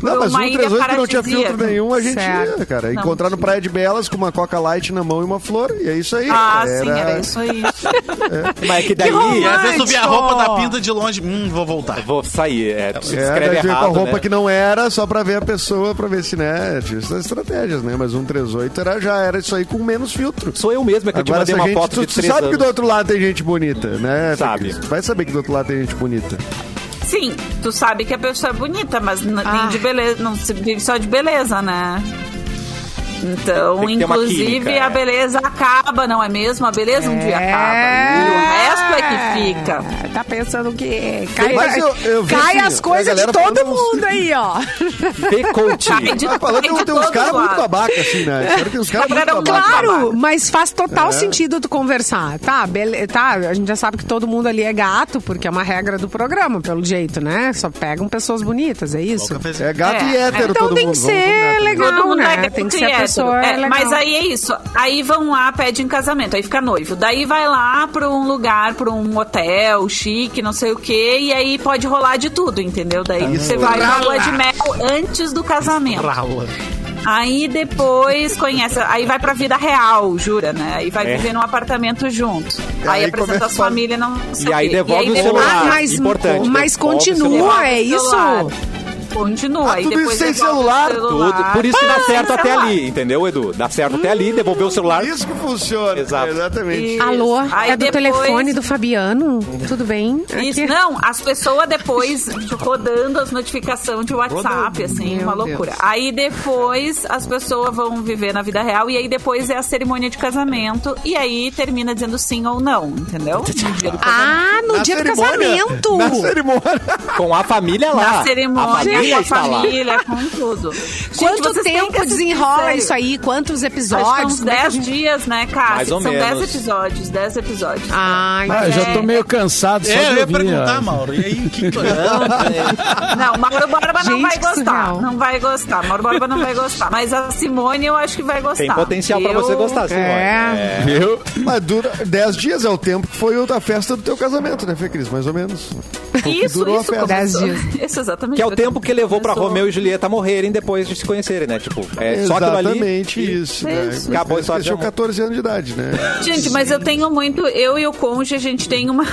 Speaker 6: Não, mas
Speaker 4: uma
Speaker 6: um
Speaker 4: ilha
Speaker 6: 38 que não tinha
Speaker 4: paradisíaca.
Speaker 6: filtro nenhum, a gente
Speaker 2: Certo.
Speaker 6: ia, cara. Encontrar no Praia de Belas com uma Coca Light na mão e uma flor, e é isso aí.
Speaker 4: Ah,
Speaker 6: Era-
Speaker 4: sim, era isso aí.
Speaker 1: Mas é que daí.
Speaker 3: E às vezes tu vê a roupa
Speaker 1: Romântico!
Speaker 3: da pinta de longe, hum, vou voltar.
Speaker 1: Vou sair. É, tu
Speaker 6: É,
Speaker 1: escreve
Speaker 6: daí veio
Speaker 1: errado.
Speaker 6: com a roupa
Speaker 1: né?
Speaker 6: que não era, só pra ver a pessoa, pra ver se, né, tinha essas estratégias, né? Mas um 38 era, já era isso aí com menos filtro.
Speaker 1: Sou eu mesmo, é que eu
Speaker 6: Agora,
Speaker 1: te
Speaker 6: se
Speaker 1: mandei
Speaker 6: a
Speaker 1: uma
Speaker 6: gente,
Speaker 1: foto
Speaker 6: tu,
Speaker 1: de
Speaker 6: tu
Speaker 1: três
Speaker 6: sabe
Speaker 1: anos.
Speaker 6: que do outro lado tem gente bonita, né?
Speaker 1: Sabe.
Speaker 6: Fecris? Vai saber que do outro lado tem gente bonita.
Speaker 4: Sim, tu sabe que a pessoa é bonita, mas n-
Speaker 2: Ah.
Speaker 4: nem de beleza, não se vive só de beleza, né? Então,
Speaker 1: Tem que ter uma
Speaker 4: inclusive,
Speaker 1: química, é.
Speaker 4: a beleza acaba, não é mesmo? A beleza um dia
Speaker 6: É.
Speaker 4: acaba. E o resto é que fica.
Speaker 2: Tá pensando que cai,
Speaker 6: Mas eu- eu vi,
Speaker 2: cai
Speaker 6: assim,
Speaker 2: as
Speaker 6: a
Speaker 2: coisas de
Speaker 6: galera
Speaker 2: todo
Speaker 6: falando uns-
Speaker 2: mundo aí, ó.
Speaker 1: Vê
Speaker 4: Sai
Speaker 1: coaching.
Speaker 4: de-
Speaker 6: Ah, falando,
Speaker 4: sai de
Speaker 6: tem, tem uns
Speaker 4: todos
Speaker 6: caras muito
Speaker 4: lados.
Speaker 6: babaca, assim, né? Cara, Tem uns caras muito
Speaker 4: Claro,
Speaker 6: babaca.
Speaker 2: Claro, mas faz
Speaker 6: É.
Speaker 2: total sentido tu conversar. Tá, bele... tá, a gente já sabe que todo mundo ali é gato, porque é uma regra do programa, pelo jeito, né? Só pegam pessoas bonitas, é isso?
Speaker 3: Nunca fez-
Speaker 6: É gato
Speaker 4: É.
Speaker 6: e hétero
Speaker 2: Então
Speaker 6: todo
Speaker 2: tem
Speaker 6: mundo.
Speaker 2: que
Speaker 6: vamos
Speaker 2: ser
Speaker 6: combinar também.
Speaker 2: legal.
Speaker 4: Todo mundo
Speaker 2: né?
Speaker 4: é gato
Speaker 2: Tem que
Speaker 4: e
Speaker 2: ser a
Speaker 4: hétero.
Speaker 2: pessoa
Speaker 4: É,
Speaker 2: legal.
Speaker 4: Mas aí é isso. Aí vão lá, pede em casamento, aí fica noivo. Daí vai lá pra um lugar, pra um hotel chique, não sei o quê, e aí pode rolar de tudo, entendeu? Daí
Speaker 1: Tá,
Speaker 4: você
Speaker 1: né?
Speaker 4: vai pra lua de mel antes do casamento.
Speaker 3: Rala.
Speaker 4: Aí depois conhece, aí vai pra vida real, jura, né? Aí vai
Speaker 1: É.
Speaker 4: viver num apartamento junto.
Speaker 6: E
Speaker 4: aí
Speaker 6: aí
Speaker 4: apresenta
Speaker 6: começa
Speaker 4: as famílias, não sei
Speaker 1: E
Speaker 4: o
Speaker 1: aí
Speaker 4: quê.
Speaker 1: devolve o
Speaker 4: depois-
Speaker 1: celular.
Speaker 2: Ah,
Speaker 1: Ah,
Speaker 2: mas,
Speaker 6: né?
Speaker 1: importante, devolve
Speaker 2: mas
Speaker 1: o
Speaker 2: continua,
Speaker 1: celular.
Speaker 2: é isso?
Speaker 4: celular. Continua.
Speaker 6: Ah,
Speaker 4: aí
Speaker 6: tudo
Speaker 4: depois
Speaker 6: isso sem
Speaker 4: devolve o
Speaker 6: celular?
Speaker 1: Tudo. Por isso que dá
Speaker 4: Tudo sem
Speaker 1: certo até
Speaker 4: celular.
Speaker 1: ali, entendeu, Edu? Dá certo até ali, devolver o celular.
Speaker 6: É Isso que funciona.
Speaker 1: Exato.
Speaker 6: Exatamente.
Speaker 4: E-
Speaker 2: Alô,
Speaker 4: Aí
Speaker 2: é do
Speaker 4: depois-
Speaker 2: telefone do Fabiano? Tudo bem?
Speaker 4: Isso,
Speaker 2: Aqui.
Speaker 4: né? não, as pessoas depois rodando as notificações de WhatsApp, assim,
Speaker 2: Meu
Speaker 4: uma
Speaker 2: Deus.
Speaker 4: loucura. Aí depois as pessoas vão viver na vida real e aí depois é a cerimônia de casamento e aí termina dizendo sim ou não, entendeu? No dia do casamento.
Speaker 2: Ah, no
Speaker 6: Na
Speaker 2: dia do
Speaker 6: cerimônia-
Speaker 2: casamento!
Speaker 6: Na cerimônia.
Speaker 1: Com a família lá.
Speaker 4: Na cerimônia,
Speaker 1: A família
Speaker 4: com a
Speaker 1: está lá.
Speaker 4: família, com tudo.
Speaker 2: Quanto tempo desenrola isso aí? Quantos
Speaker 4: Acho
Speaker 2: episódios?
Speaker 4: que uns
Speaker 2: Como é que a
Speaker 4: 10
Speaker 2: gente-
Speaker 4: dias, né, Cássio?
Speaker 1: Mais ou
Speaker 4: São
Speaker 1: menos.
Speaker 4: 10 episódios, 10 episódios.
Speaker 2: Ai,
Speaker 5: Ah, eu já
Speaker 4: é-
Speaker 5: tô meio cansado só
Speaker 3: É, eu
Speaker 5: de
Speaker 3: ia
Speaker 5: ouvir.
Speaker 3: perguntar,
Speaker 5: ó.
Speaker 3: Mauro. E aí, o que tu-
Speaker 4: Não, Mauro Borba
Speaker 2: Gente,
Speaker 4: não vai
Speaker 2: que
Speaker 4: gostar.
Speaker 2: surreal.
Speaker 4: Não vai gostar. Mauro Borba não vai gostar. Mas a Simone eu acho que vai gostar.
Speaker 1: Tem potencial pra
Speaker 4: Eu-
Speaker 1: você gostar, Simone.
Speaker 2: É.
Speaker 5: Viu?
Speaker 6: Mas dura 10 dias é o tempo que foi a festa do teu casamento, né, Fê Cris? Mais ou menos.
Speaker 1: Tipo,
Speaker 4: Isso,
Speaker 6: Durou a
Speaker 4: isso.
Speaker 6: festa.
Speaker 2: Dez
Speaker 4: começou.
Speaker 2: dias.
Speaker 4: Isso, exatamente.
Speaker 1: Que é o
Speaker 2: tá
Speaker 1: tempo que levou pra
Speaker 4: Começou.
Speaker 1: Romeu e Julieta morrerem depois de se conhecerem, né? Tipo, é só aquilo ali.
Speaker 6: Exatamente isso. né?
Speaker 4: Isso.
Speaker 1: Acabou um- a
Speaker 6: Fez-
Speaker 1: história de
Speaker 6: fez- tinha
Speaker 1: amor.
Speaker 6: 14 anos de idade, né?
Speaker 4: Gente, mas eu tenho muito. Eu e o Conge, a gente tem uma.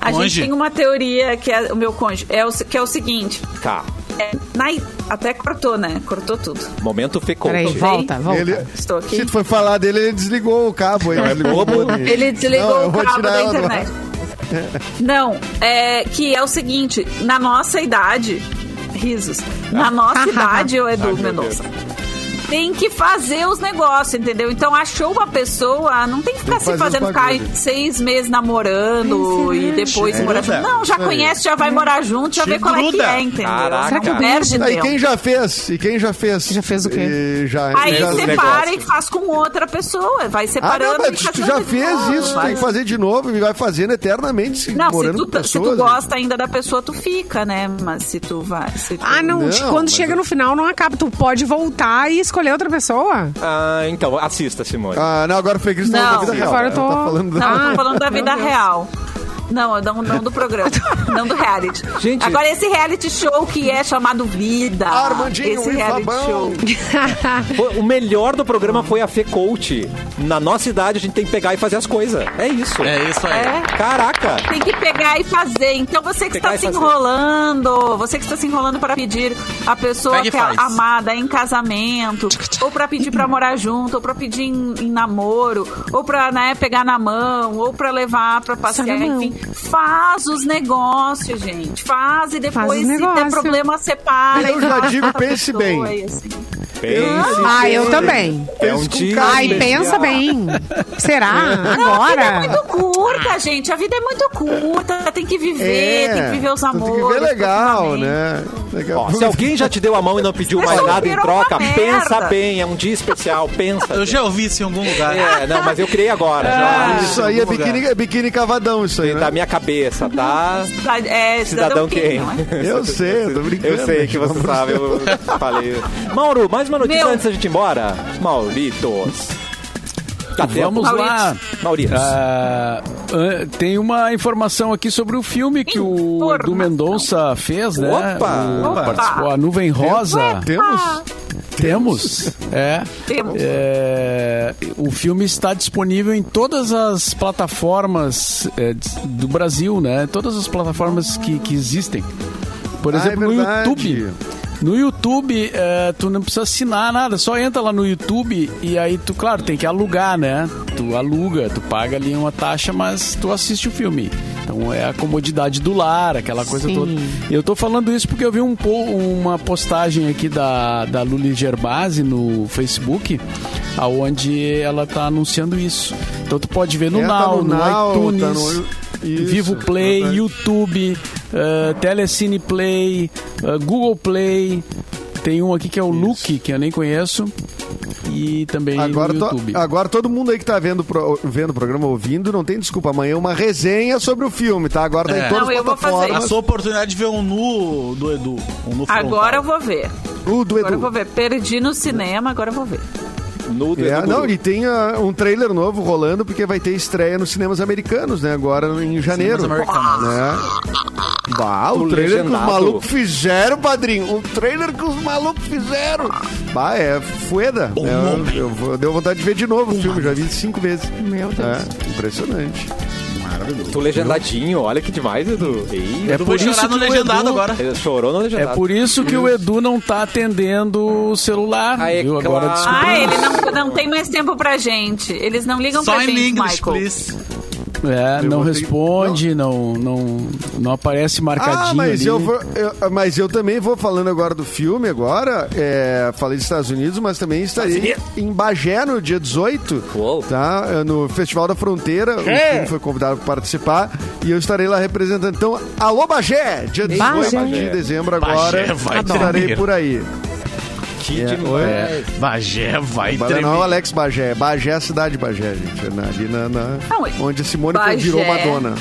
Speaker 4: A gente
Speaker 3: Conge?
Speaker 4: tem uma teoria que é o meu Conge. É o, que é o seguinte.
Speaker 1: Tá.
Speaker 4: é, na- até cortou, né? Cortou tudo.
Speaker 1: Momento ficou.
Speaker 2: Peraí, volta, volta.
Speaker 6: Ele, é-
Speaker 4: Estou aqui.
Speaker 6: Se tu foi falar dele, ele desligou o cabo. Ele,
Speaker 1: Não, é
Speaker 6: desligou
Speaker 1: bobo.
Speaker 6: o fone.
Speaker 4: Ele
Speaker 6: Não,
Speaker 4: desligou
Speaker 6: eu
Speaker 4: o
Speaker 6: vou
Speaker 4: cabo
Speaker 6: tirar
Speaker 4: da
Speaker 6: ela do ar.
Speaker 4: internet. Não, é que é o seguinte, na nossa idade, risos, na nossa idade, eu Edu Mendonça, tem que fazer os negócios, entendeu? Então achou uma pessoa, não tem que ficar
Speaker 6: que
Speaker 4: se
Speaker 6: fazer
Speaker 4: fazendo
Speaker 6: os
Speaker 4: ficar
Speaker 6: bagulho.
Speaker 4: seis meses namorando e depois
Speaker 3: É,
Speaker 4: morar junto.
Speaker 3: é.
Speaker 4: Não, já
Speaker 6: Isso aí.
Speaker 4: conhece, já vai morar junto, já
Speaker 3: Se
Speaker 4: vê qual é que
Speaker 3: gruda.
Speaker 4: é, entendeu?
Speaker 1: Caraca. Será que eu
Speaker 4: Perde
Speaker 6: Tá, e
Speaker 4: tempo.
Speaker 6: quem já fez? E quem já fez?
Speaker 2: Já fez o quê?
Speaker 6: E já,
Speaker 4: Aí
Speaker 6: já-
Speaker 1: os
Speaker 4: separa
Speaker 1: negócios.
Speaker 4: e faz com outra pessoa, vai
Speaker 6: Ah,
Speaker 4: separando
Speaker 6: não,
Speaker 4: e
Speaker 6: mas tu, tu
Speaker 4: casando
Speaker 6: já
Speaker 4: É de
Speaker 6: fez
Speaker 4: novo,
Speaker 6: isso,
Speaker 4: vai
Speaker 6: tem que fazer de novo e vai fazendo eternamente, se
Speaker 4: Não, se
Speaker 6: morando
Speaker 4: tu, tá-
Speaker 6: com
Speaker 4: se tu
Speaker 6: pessoas. né?
Speaker 4: gosta ainda da pessoa, tu fica, né? Mas se tu vai. Se tu...
Speaker 2: Ah, não,
Speaker 6: Não,
Speaker 2: quando
Speaker 6: mas
Speaker 2: chega
Speaker 6: eu-
Speaker 2: no final não acaba. Tu pode voltar e escolher outra pessoa.
Speaker 1: Ah, então, assista, Simone.
Speaker 6: Ah, não, agora o Fê Cris tá
Speaker 4: Não,
Speaker 6: na vida real.
Speaker 2: agora eu tô-
Speaker 6: Ela Tá
Speaker 4: Não,
Speaker 6: falando
Speaker 4: eu
Speaker 2: Ah,
Speaker 4: tô falando da vida
Speaker 2: meu Deus.
Speaker 4: real. Não, não, não do programa, não do reality.
Speaker 1: Gente-
Speaker 4: Agora esse reality show que é chamado Vida.
Speaker 6: Armandinho um
Speaker 4: esse
Speaker 6: e
Speaker 4: reality
Speaker 6: Fabão.
Speaker 4: show.
Speaker 1: Foi- O melhor do programa foi a Fê Coach. Na nossa idade, a gente tem que pegar e fazer as coisas. É isso.
Speaker 3: É isso aí.
Speaker 4: É.
Speaker 1: Caraca!
Speaker 4: Tem que pegar e fazer. Então você que
Speaker 1: Pegar e
Speaker 4: está se
Speaker 1: fazer.
Speaker 4: enrolando, você que está se enrolando para pedir a pessoa
Speaker 3: Pega e
Speaker 4: que é
Speaker 3: faz.
Speaker 4: amada em casamento, ou para pedir para morar junto, ou para pedir em, em namoro, ou para né, pegar na mão, ou para levar para passear,
Speaker 2: na mão.
Speaker 4: enfim, faz os negócios, gente. Faz e depois
Speaker 2: Faz os
Speaker 4: se
Speaker 2: negócios.
Speaker 4: der problema separa.
Speaker 6: Eu
Speaker 4: e
Speaker 6: já
Speaker 4: faz
Speaker 6: digo,
Speaker 4: pra
Speaker 6: pense
Speaker 4: pessoa,
Speaker 6: bem.
Speaker 4: e assim.
Speaker 1: Pense
Speaker 2: Ah, eu
Speaker 6: bem.
Speaker 2: também.
Speaker 1: É um
Speaker 6: com
Speaker 1: dia
Speaker 6: calma.
Speaker 2: Ai, pensa bem. Será?
Speaker 4: Não, a vida é
Speaker 2: Agora?
Speaker 4: muito curta, gente. A vida é muito curta. Tem que viver,
Speaker 6: É,
Speaker 4: tem que viver os
Speaker 6: tu
Speaker 4: amores.
Speaker 6: Tem que ver legal,
Speaker 4: profundamente.
Speaker 6: né? Daqui a
Speaker 1: Ó,
Speaker 6: pouco-
Speaker 1: se alguém já te deu a mão e não pediu
Speaker 4: Mas
Speaker 1: mais nada em
Speaker 4: solteiro é
Speaker 1: troca,
Speaker 4: uma
Speaker 1: pensa
Speaker 4: merda.
Speaker 1: bem, é um dia especial, pensa.
Speaker 3: Eu já ouvi isso em algum lugar.
Speaker 1: É, não, mas eu criei agora, já ouvi
Speaker 6: Isso aí é
Speaker 3: Em algum lugar.
Speaker 6: biquíni, é biquíni cavadão, isso aí.
Speaker 1: da
Speaker 6: Né?
Speaker 1: minha cabeça, tá?
Speaker 4: Cida- É,
Speaker 1: Cidadão quem?
Speaker 4: não é?
Speaker 6: Eu sei, eu tô brincando.
Speaker 1: Eu sei que você sabe, eu falei. Mauro, mais uma notícia
Speaker 4: Meu.
Speaker 1: antes da gente ir embora. Mauritos. Tá, tem
Speaker 5: Vamos
Speaker 1: algum-
Speaker 5: lá.
Speaker 1: Maurício.
Speaker 5: Ah, ah, tem uma informação aqui sobre o filme que o Edu
Speaker 4: Informação.
Speaker 5: Mendonça fez, né?
Speaker 1: Opa!
Speaker 5: O-
Speaker 1: Opa!
Speaker 5: participou, a Nuvem Rosa.
Speaker 6: Temos?
Speaker 4: Ah.
Speaker 5: Temos. É.
Speaker 6: Então
Speaker 4: Temos.
Speaker 5: É, o filme está disponível em todas as plataformas é, do Brasil, né? Todas as plataformas que, que existem. Por
Speaker 6: Ah, é
Speaker 5: exemplo, no
Speaker 6: verdade.
Speaker 5: YouTube. No YouTube, é, tu não precisa assinar nada, só entra lá no YouTube e aí tu, claro, tem que alugar, né? Tu aluga, tu paga ali uma taxa, mas tu assiste o filme. Então é a comodidade do lar, aquela coisa
Speaker 2: Sim.
Speaker 5: toda. Eu tô falando isso porque eu vi um po- uma postagem aqui da, da Luli Gerbasi no Facebook, aonde ela tá anunciando isso. Então tu pode ver no
Speaker 6: É, tá
Speaker 5: Now,
Speaker 6: no
Speaker 5: no,
Speaker 6: Now,
Speaker 5: iTunes,
Speaker 6: tá no- Isso,
Speaker 5: Vivo Play,
Speaker 6: verdade.
Speaker 5: YouTube, eh, Telecine Play, eh, Google Play. Tem um aqui que é o Luke, que eu nem conheço. E também
Speaker 6: Agora,
Speaker 5: no
Speaker 6: to-
Speaker 5: YouTube.
Speaker 6: agora todo mundo aí que tá vendo, pro- vendo o programa, ouvindo, não tem desculpa. Amanhã é uma resenha sobre o filme, tá? Agora tá
Speaker 5: É.
Speaker 6: em todas
Speaker 4: Não,
Speaker 6: as
Speaker 4: eu vou fazer.
Speaker 3: A
Speaker 6: plataformas.
Speaker 3: sua oportunidade de ver um nu do Edu. Um nu frontal.
Speaker 4: Agora eu vou ver.
Speaker 6: O do
Speaker 4: Agora eu vou
Speaker 6: Edu.
Speaker 4: ver. Perdi no cinema, agora eu vou ver.
Speaker 1: Nudo
Speaker 6: É,
Speaker 1: Edu
Speaker 6: não,
Speaker 1: Guru.
Speaker 6: e tem ah, um trailer novo rolando, porque vai ter estreia nos cinemas americanos, né? Agora em janeiro.
Speaker 3: americanos.
Speaker 6: Né? Bah, o
Speaker 1: O
Speaker 6: trailer que
Speaker 1: legendado.
Speaker 6: os malucos fizeram, padrinho. O trailer que os malucos fizeram. Bah, é fueda. É, eu, eu vou- deu vontade de ver de novo o filme, já vi cinco vezes.
Speaker 2: Meu Deus.
Speaker 6: É, impressionante.
Speaker 1: Tu legendadinho, olha que demais, Edu. Ih,
Speaker 5: É
Speaker 1: Edu
Speaker 5: por
Speaker 3: Vou
Speaker 5: isso
Speaker 3: chorar no
Speaker 5: que o
Speaker 3: legendado
Speaker 5: Edu-
Speaker 3: agora.
Speaker 1: ele chorou no
Speaker 5: É
Speaker 1: legendado.
Speaker 5: por isso que o Edu não tá atendendo o celular.
Speaker 1: Ah, é
Speaker 5: viu?
Speaker 1: claro.
Speaker 5: Agora descobrimos.
Speaker 4: Ah, ele não, não tem mais tempo pra gente. Eles não ligam
Speaker 3: Só
Speaker 4: pra
Speaker 3: em
Speaker 4: gente,
Speaker 3: English,
Speaker 4: Michael.
Speaker 3: please.
Speaker 5: É,
Speaker 6: Eu
Speaker 5: não
Speaker 6: botei-
Speaker 5: responde, não, não, não aparece marcadinho
Speaker 6: Ah, mas
Speaker 5: ali.
Speaker 6: eu, vou- eu- mas eu também vou falando agora do filme agora. é, falei dos Estados Unidos, mas também estarei em Bagé no dia 18.
Speaker 1: Uou.
Speaker 6: Tá? É, No Festival da Fronteira. O filme foi convidado para participar. E eu estarei lá representando. Então, alô Bagé! Dia 18
Speaker 2: Bagé.
Speaker 6: de dezembro agora.
Speaker 3: Bagé vai
Speaker 6: estarei
Speaker 3: tremer.
Speaker 6: por aí.
Speaker 1: que
Speaker 6: é,
Speaker 1: demais.
Speaker 6: oi.
Speaker 3: Bagé vai
Speaker 6: Bagé não é o
Speaker 3: tremer.
Speaker 6: Alex Bagé. Bagé é a cidade de Bagé, gente. é na- Ali na, na-
Speaker 4: Não, é-
Speaker 6: onde Simone
Speaker 4: Bagé.
Speaker 6: virou Madonna.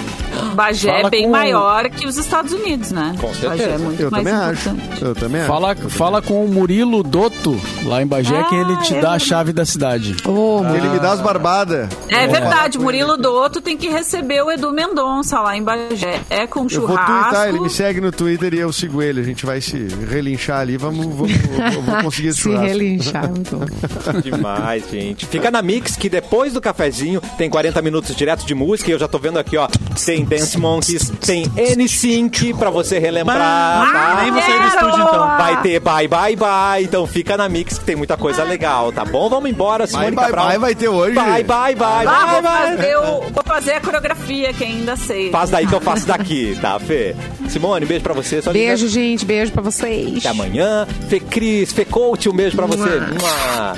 Speaker 4: Bagé
Speaker 5: Fala
Speaker 4: é bem
Speaker 5: com-
Speaker 4: maior que os Estados Unidos, né?
Speaker 1: Com certeza.
Speaker 4: Bagé é muito
Speaker 6: Eu
Speaker 4: mais
Speaker 6: também acho.
Speaker 4: importante.
Speaker 6: Eu também acho.
Speaker 5: Fala, fala com o Murilo Dotto, lá em Bagé, que ele te
Speaker 4: Ah, é
Speaker 5: dá a
Speaker 4: verdade.
Speaker 5: chave da cidade.
Speaker 2: Ô, mano.
Speaker 6: Ah, Ele me dá as barbadas.
Speaker 4: É verdade, o Murilo Dotto tem que receber o Edu Mendonça lá em Bagé. É com
Speaker 6: Eu vou twittar, ele
Speaker 4: churrasco.
Speaker 6: me segue no Twitter e eu sigo ele. A gente vai se relinchar ali, vamos, vamos, vamos, vamos conseguir esse
Speaker 2: Se
Speaker 6: churrasco.
Speaker 2: relinchar, é muito bom.
Speaker 1: Demais, gente. Fica na Mix, que depois do cafezinho tem 40 minutos direto de música. E eu já tô vendo aqui, ó. Tem Dance Monkeys, tem N5 pra você relembrar.
Speaker 3: Bah,
Speaker 1: Tá?
Speaker 3: Ah, nem vou sair do estúdio, então.
Speaker 1: Vai ter bye, bye, bye. Então fica na Mix, que tem muita coisa legal, tá bom? Vamos embora,
Speaker 6: Bye,
Speaker 1: Simone
Speaker 6: bye,
Speaker 1: Cabral.
Speaker 6: bye, vai ter hoje.
Speaker 1: Bye, bye, bye,
Speaker 4: Ah,
Speaker 1: bye,
Speaker 4: vou
Speaker 1: bye.
Speaker 4: fazer, o- vou fazer a coreografia, que ainda sei.
Speaker 1: Faz daí que eu faço daqui, tá, Fê? Simone, beijo pra você. Só liga
Speaker 2: Beijo, gente. Beijo pra vocês.
Speaker 1: Até amanhã. Fê Cris, Fê Coach, um beijo pra você. Mua.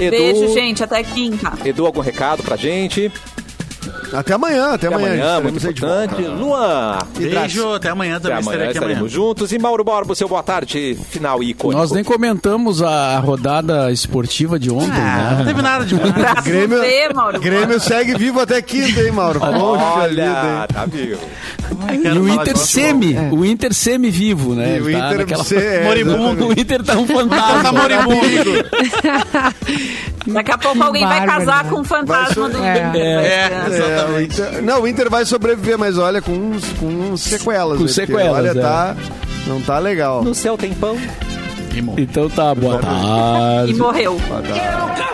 Speaker 1: Edu,
Speaker 4: Beijo, gente. Até quinta.
Speaker 1: Edu, algum recado pra gente?
Speaker 6: Até amanhã,
Speaker 1: Até
Speaker 6: até,
Speaker 1: amanhã,
Speaker 6: estaremos
Speaker 1: muito
Speaker 6: aí de volta.
Speaker 1: importante. Luan, hidrate-se.
Speaker 3: Beijo, até amanhã
Speaker 1: Até
Speaker 3: também.
Speaker 1: amanhã
Speaker 3: Estarei aqui
Speaker 1: estaremos
Speaker 3: amanhã.
Speaker 1: juntos. E Mauro Borba, seu boa tarde, final ícone.
Speaker 5: Nós nem comentamos a rodada esportiva de ontem,
Speaker 3: Ah, não
Speaker 5: né?
Speaker 3: teve nada de bom.
Speaker 4: Pra
Speaker 6: Grêmio-
Speaker 4: você, Mauro.
Speaker 6: Grêmio segue vivo até quinta, hein, Mauro? Poxa vida,
Speaker 1: Olha,
Speaker 6: hein?
Speaker 1: tá vivo.
Speaker 5: né? E o Inter semi, o Inter semi vivo, né?
Speaker 6: E o
Speaker 5: Ele tá
Speaker 6: Inter Então
Speaker 5: naquela-
Speaker 6: você é,
Speaker 5: O
Speaker 6: exatamente. É,
Speaker 5: Inter tá um fantasma.
Speaker 3: Tá moribundo.
Speaker 4: Daqui a pouco
Speaker 2: Que
Speaker 4: alguém vai
Speaker 2: bárbaro,
Speaker 4: casar
Speaker 2: né?
Speaker 4: com o fantasma
Speaker 6: Vai
Speaker 4: do
Speaker 6: so-
Speaker 2: É.
Speaker 4: Inter.
Speaker 3: É.
Speaker 4: Vai ser.
Speaker 6: É, o Inter- não, o Inter vai sobreviver, mas olha, com, uns- com uns sequelas.
Speaker 5: Com
Speaker 6: né? Porque,
Speaker 5: sequelas,
Speaker 6: Olha,
Speaker 5: é.
Speaker 6: tá, não tá legal.
Speaker 1: No céu tem pão.
Speaker 5: Então tá, boa tarde.
Speaker 4: E morreu.
Speaker 6: Tá-